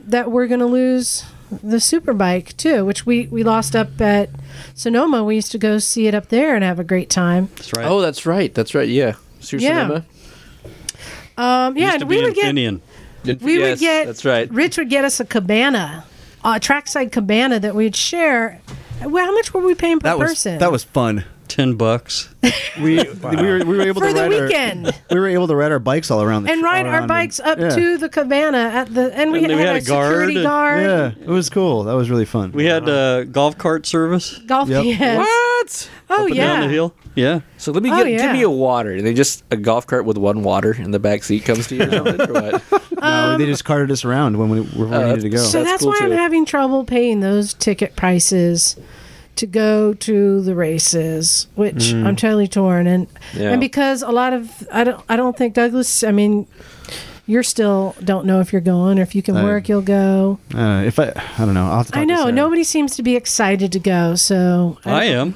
that we're going to lose the Superbike too, which we, we lost up at Sonoma. We used to go see it up there and have a great time. That's right. Oh, that's right. That's right. Yeah. Seriously, Yeah. Emma? Um, yeah, used to and be we would get Infineon. we yes, would get That's right. Rich would get us a cabana, a trackside cabana that we'd share. Well, how much were we paying per That was person? that was fun. ten bucks. We we, were, we were able for to the ride our, weekend we were able to ride our bikes all around the and tr- ride our around bikes and- up yeah. to the cabana at the and we had, And then we had a a guard security and- guard. Yeah, it was cool. That was really fun. We had uh, golf cart service. Golf, Yep. yes. What? Oh up and yeah. down the hill. Yeah. So let me Oh, get yeah. give me a water. And they just a golf cart with one water in the back seat comes to you or *laughs* something or what? no, they just carted us around when we, where we Uh, needed to go. Um, So That's that's, cool, why I'm too. having trouble paying those ticket prices to go to the races, which I'm totally torn and Yeah. and because a lot of I don't I don't think Douglas I mean you're still don't know if you're going or if you can I- work you'll go. Uh, if I, I don't know. I'll have to talk I to know Sarah. nobody seems to be excited to go. So I am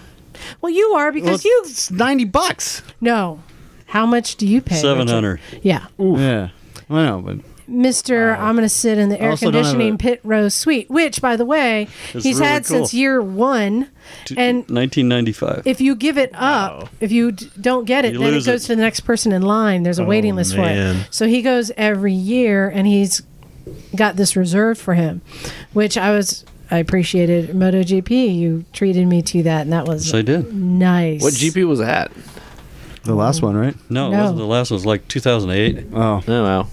Well, you are because you It's ninety bucks. no. How much do you pay? Richard? seven hundred. Yeah. Yeah. I know, but Mister, I'm going to sit in the air also don't have conditioning a- pit row suite, which, by the way, It's he's really had cool. since year one. And nineteen ninety five. if you give it up, if you d- don't get it, You then it lose goes it. Oh, to the next person in line. There's a waiting list for man. it. So he goes every year, and he's got this reserved for him, which I was I appreciated. MotoGP, you treated me to that, and that was Yes, I did. nice. What GP was that? the last one, right? No, No. it wasn't the last one. It was like two thousand eight. It Oh, Oh wow.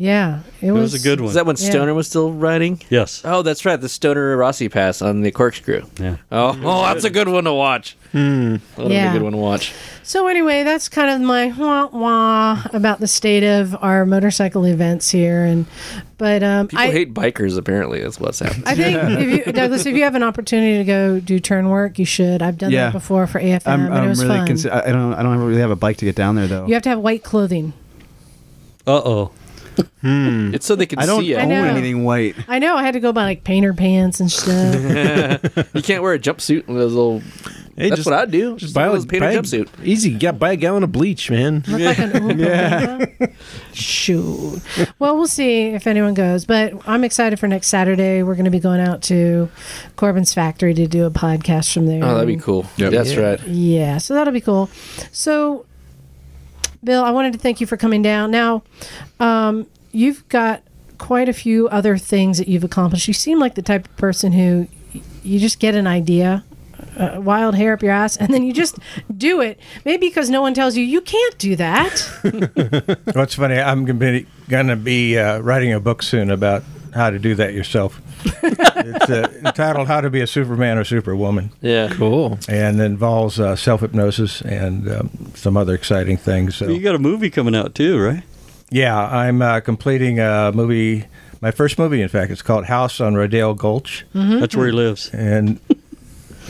Yeah, it, was a good Was one. that when Yeah. Stoner was still riding? Yes. Oh, that's right. The Stoner Rossi pass on the corkscrew. Yeah. Oh, oh that's a good one to watch. That'll Yeah. be a good one to watch. So anyway, that's kind of my wah wah about the state of our motorcycle events here, and but um, People I hate bikers. Apparently, that's what's happening. I think if you, Douglas, if you have an opportunity to go do turn work, you should. I've done Yeah. that before for AFM, I'm, and I'm it was really. fun. Consi- I I don't. I don't really have a bike to get down there though. you have to have white clothing. Uh oh. *laughs* It's so they can I don't see it. own know. anything white. I know I had to go buy like painter pants and *laughs* stuff. You can't wear a jumpsuit and those little. Hey, that's just- what I do. Just buy those painted buy- jumpsuit. Easy, yeah, buy a gallon of bleach, man. Look like an Oompa Loompa. Shoot. Well, we'll see if anyone goes, but I'm excited for next Saturday. We're going to be going out to Corbin's factory to do a podcast from there. Oh, that'd be And- cool. That's right. Yeah, so that'll be cool. So, Bill, I wanted to thank you for coming down. Now, um, you've got quite a few other things that you've accomplished. You seem like the type of person who y- you just get an idea, a wild hair up your ass, and then you just *laughs* do it. Maybe because no one tells you you can't do that. What's funny, I'm gonna be, gonna be uh, writing a book soon about how to do that yourself. it's uh, entitled "How to Be a Superman or Superwoman." Yeah. Cool. and involves uh, self hypnosis and um, some other exciting things. You So, got a movie coming out too, right? yeah, I'm uh, completing a movie, my first movie, in fact. It's called House on Rodale Gulch, That's where he lives. and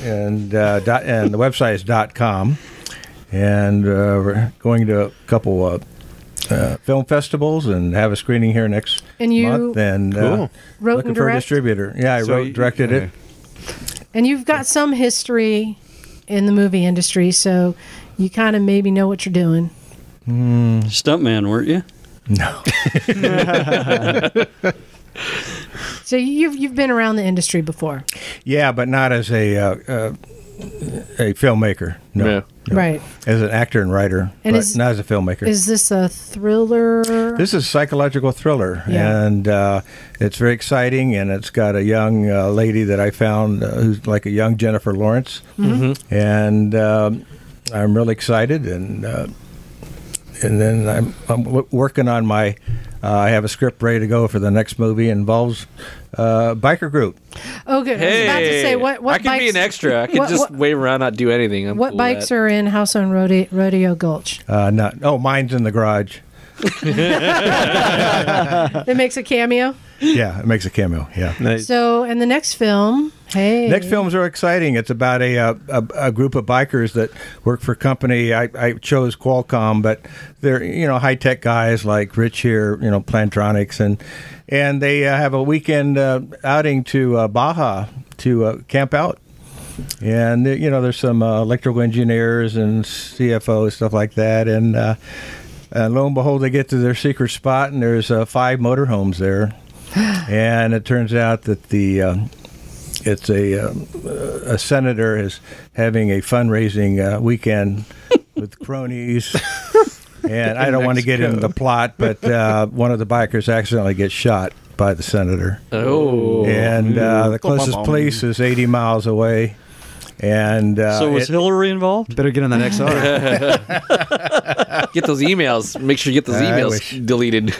and uh, dot, and the website is dot com, and uh, we're going to a couple of. Uh, film festivals and have a screening here next And you month and uh, Cool. Wrote looking and for a direct? distributor. Yeah, I So wrote you- directed okay. it. And you've got some history in the movie industry, so you kind of maybe know what you're doing. Mm-hmm. Stuntman, weren't you? *laughs* No, So you've you've been around the industry before, yeah, but not as a uh, uh, a filmmaker. No. Yeah. right? as an actor and writer, And but is- not as a filmmaker. Is this a thriller? this is psychological thriller, Yeah. and uh, it's very exciting. And it's got a young uh, lady that I found uh, who's like a young Jennifer Lawrence, and um, I'm really excited. And uh, and then I'm, I'm w- working on my. Uh, I have a script ready to go for the next movie. It involves uh, biker group. Oh, good. I was about to say what what I can bikes, be an extra. I can what- just what- wave around, not do anything. I'm What cool with bikes that. are in House on Rodeo, Rodeo Gulch? Uh, not oh, mine's in the garage. It makes a cameo. Yeah, it makes a cameo. Yeah. Nice. So, and the next film, hey, Next films are exciting. It's about a, uh, a a group of bikers that work for a company. I, I chose Qualcomm, but they're you know high tech guys like Rich here, you know Plantronics, and and they uh, have a weekend uh, outing to uh, Baja to uh, camp out. And uh, you know, there's some uh, electrical engineers and CFO stuff like that. And uh, uh, lo and behold, they get to their secret spot, and there's uh, five motorhomes there. and it turns out that the uh, it's a um, a senator is having a fundraising uh, *laughs* weekend with cronies. And I don't want to get into the plot, but uh, one of the bikers accidentally gets shot by the senator Uh, Oh, *laughs* and mm, uh, the closest place is 80 miles away. And uh, so was it- Hillary involved? Better get on that XR. get those emails. Make sure you get those I emails wish. deleted.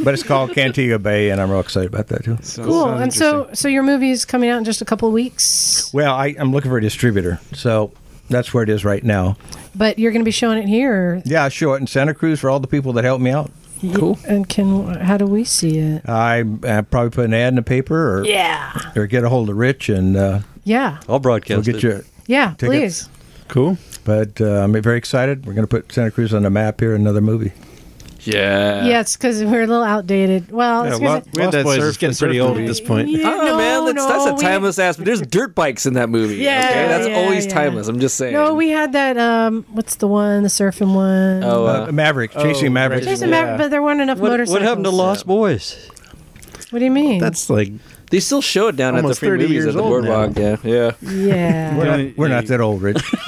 but it's called Cantiga Bay, and I'm real excited about that too. cool. And so, so your movie's coming out in just a couple of weeks, Well, I, I'm looking for a distributor, so that's where it is right now. but you're going to be showing it here. Yeah, I show it in Santa Cruz for all the people that helped me out. cool. And can how do we see it? I, I probably put an ad in the paper, or Yeah, or get a hold of Rich, and uh, yeah, I'll broadcast we'll get it. you. yeah. Tickets. Please. Cool. But uh, I'm very excited. We're going to put Santa Cruz on the map here. Another movie. Yeah. Yeah, it's because we're a little outdated. Well, it's 'cause it- Lost that Boys surf- is getting surf pretty old at movie. this point. Yeah, Oh man, that's, that's no, a we- timeless *laughs* ass. There's dirt bikes in that movie. Yeah, okay? that's yeah, always yeah. timeless. I'm just saying. No, we had that. Um, what's the one? The surfing one. Oh, Uh, uh, Maverick, chasing Maverick. There's a map, but there weren't enough What, motorcycles. what happened to Lost Boys? What do you mean? That's like they still show it down at the Almost free 30 movies years at the old now. boardwalk. Yeah, yeah. yeah. *laughs* We're not, Uh, we're not that old, Rich. *laughs*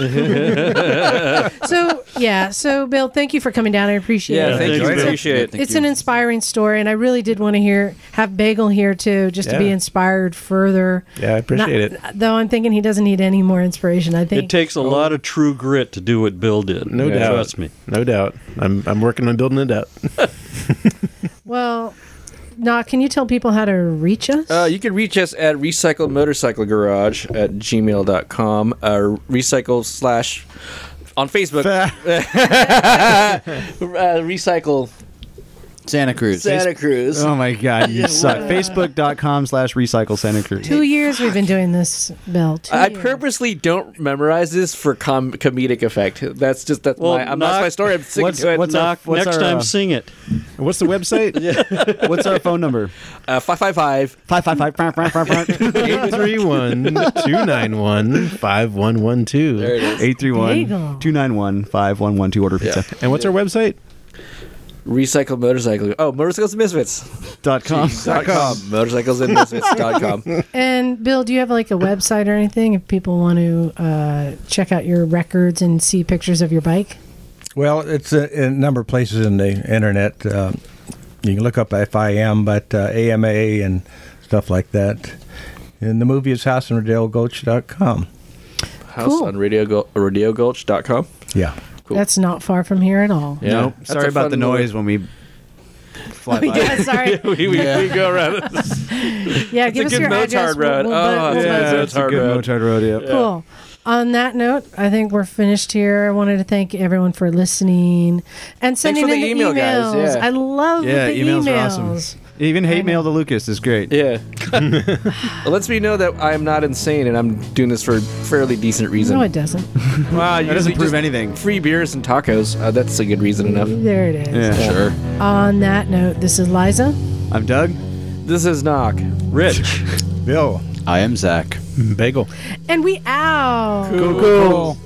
so yeah. So Bill, thank you for coming down. I appreciate Yeah, it. thank thanks, you. I Bill. appreciate it. it's an inspiring story, and I really did want to hear have Bagel here too, just to be Yeah. inspired further. Yeah, I appreciate Not- Though I'm thinking he doesn't need any more inspiration. I think It takes a lot of true grit to do what Bill did. No doubt. Trust me. no doubt. I'm I'm working on building it up. Well, nah, can you tell people how to reach us? Uh, you can reach us at recycled motorcycle garage at gmail.com uh, recycle slash on facebook *laughs* uh, recycle Santa Cruz. santa cruz oh my god, you suck. Facebook.com slash recycle Santa Cruz. two years we've been doing this, Bill. Two I years. purposely don't memorize this for com- comedic effect. That's just that's Well, my I'm not, knock- my story. I'm sticking to it. what's our- Knock, what's next our, time, uh, sing it. What's the website? *laughs* What's our phone number? Uh, five five five. 555 *laughs* Eight three one two nine one five one one There two. it is. 831 291 5112 order pizza And what's our website? Recycled motorcycle. Oh, motorcycles and misfits. dot com. dot com. Motorcycles and misfits. *laughs* dot com. And Bill, do you have like a website or anything if people want to uh, check out your records and see pictures of your bike? Well, it's a, a number of places in the internet. Uh, you can look up FIM, but uh, AMA and stuff like that. And the movie is houseandrodeogulch.com. House Cool. on radio Gul- radio gulch. dot com. Yeah. Cool. That's not far from here at all. Yeah. Nope. That's Sorry a about fun the little- noise when we fly by. Oh, yeah, *laughs* sorry. *laughs* we, we, we go around. Yeah, give It's us a good your address. motard road. We'll, we'll, Oh, we'll, yeah. we'll- That's hard good road. Motard road, yeah. Cool. On that note, I think we're finished here. I wanted to thank everyone for listening and sending for in the the email, guys. emails. Yeah. I love Yeah, the emails emails. are awesome. Even hate mail to Lucas is great. Yeah. *laughs* it lets me know that I'm not insane and I'm doing this for a fairly decent reason. No, it doesn't. Wow, That doesn't prove anything. Free beers and tacos. Uh, that's a good reason enough. There it is. Yeah. Sure. On that note, this is Liza. I'm Doug. This is knock. Rich. Bill. I am Zach. Bagel. and we out. Cool.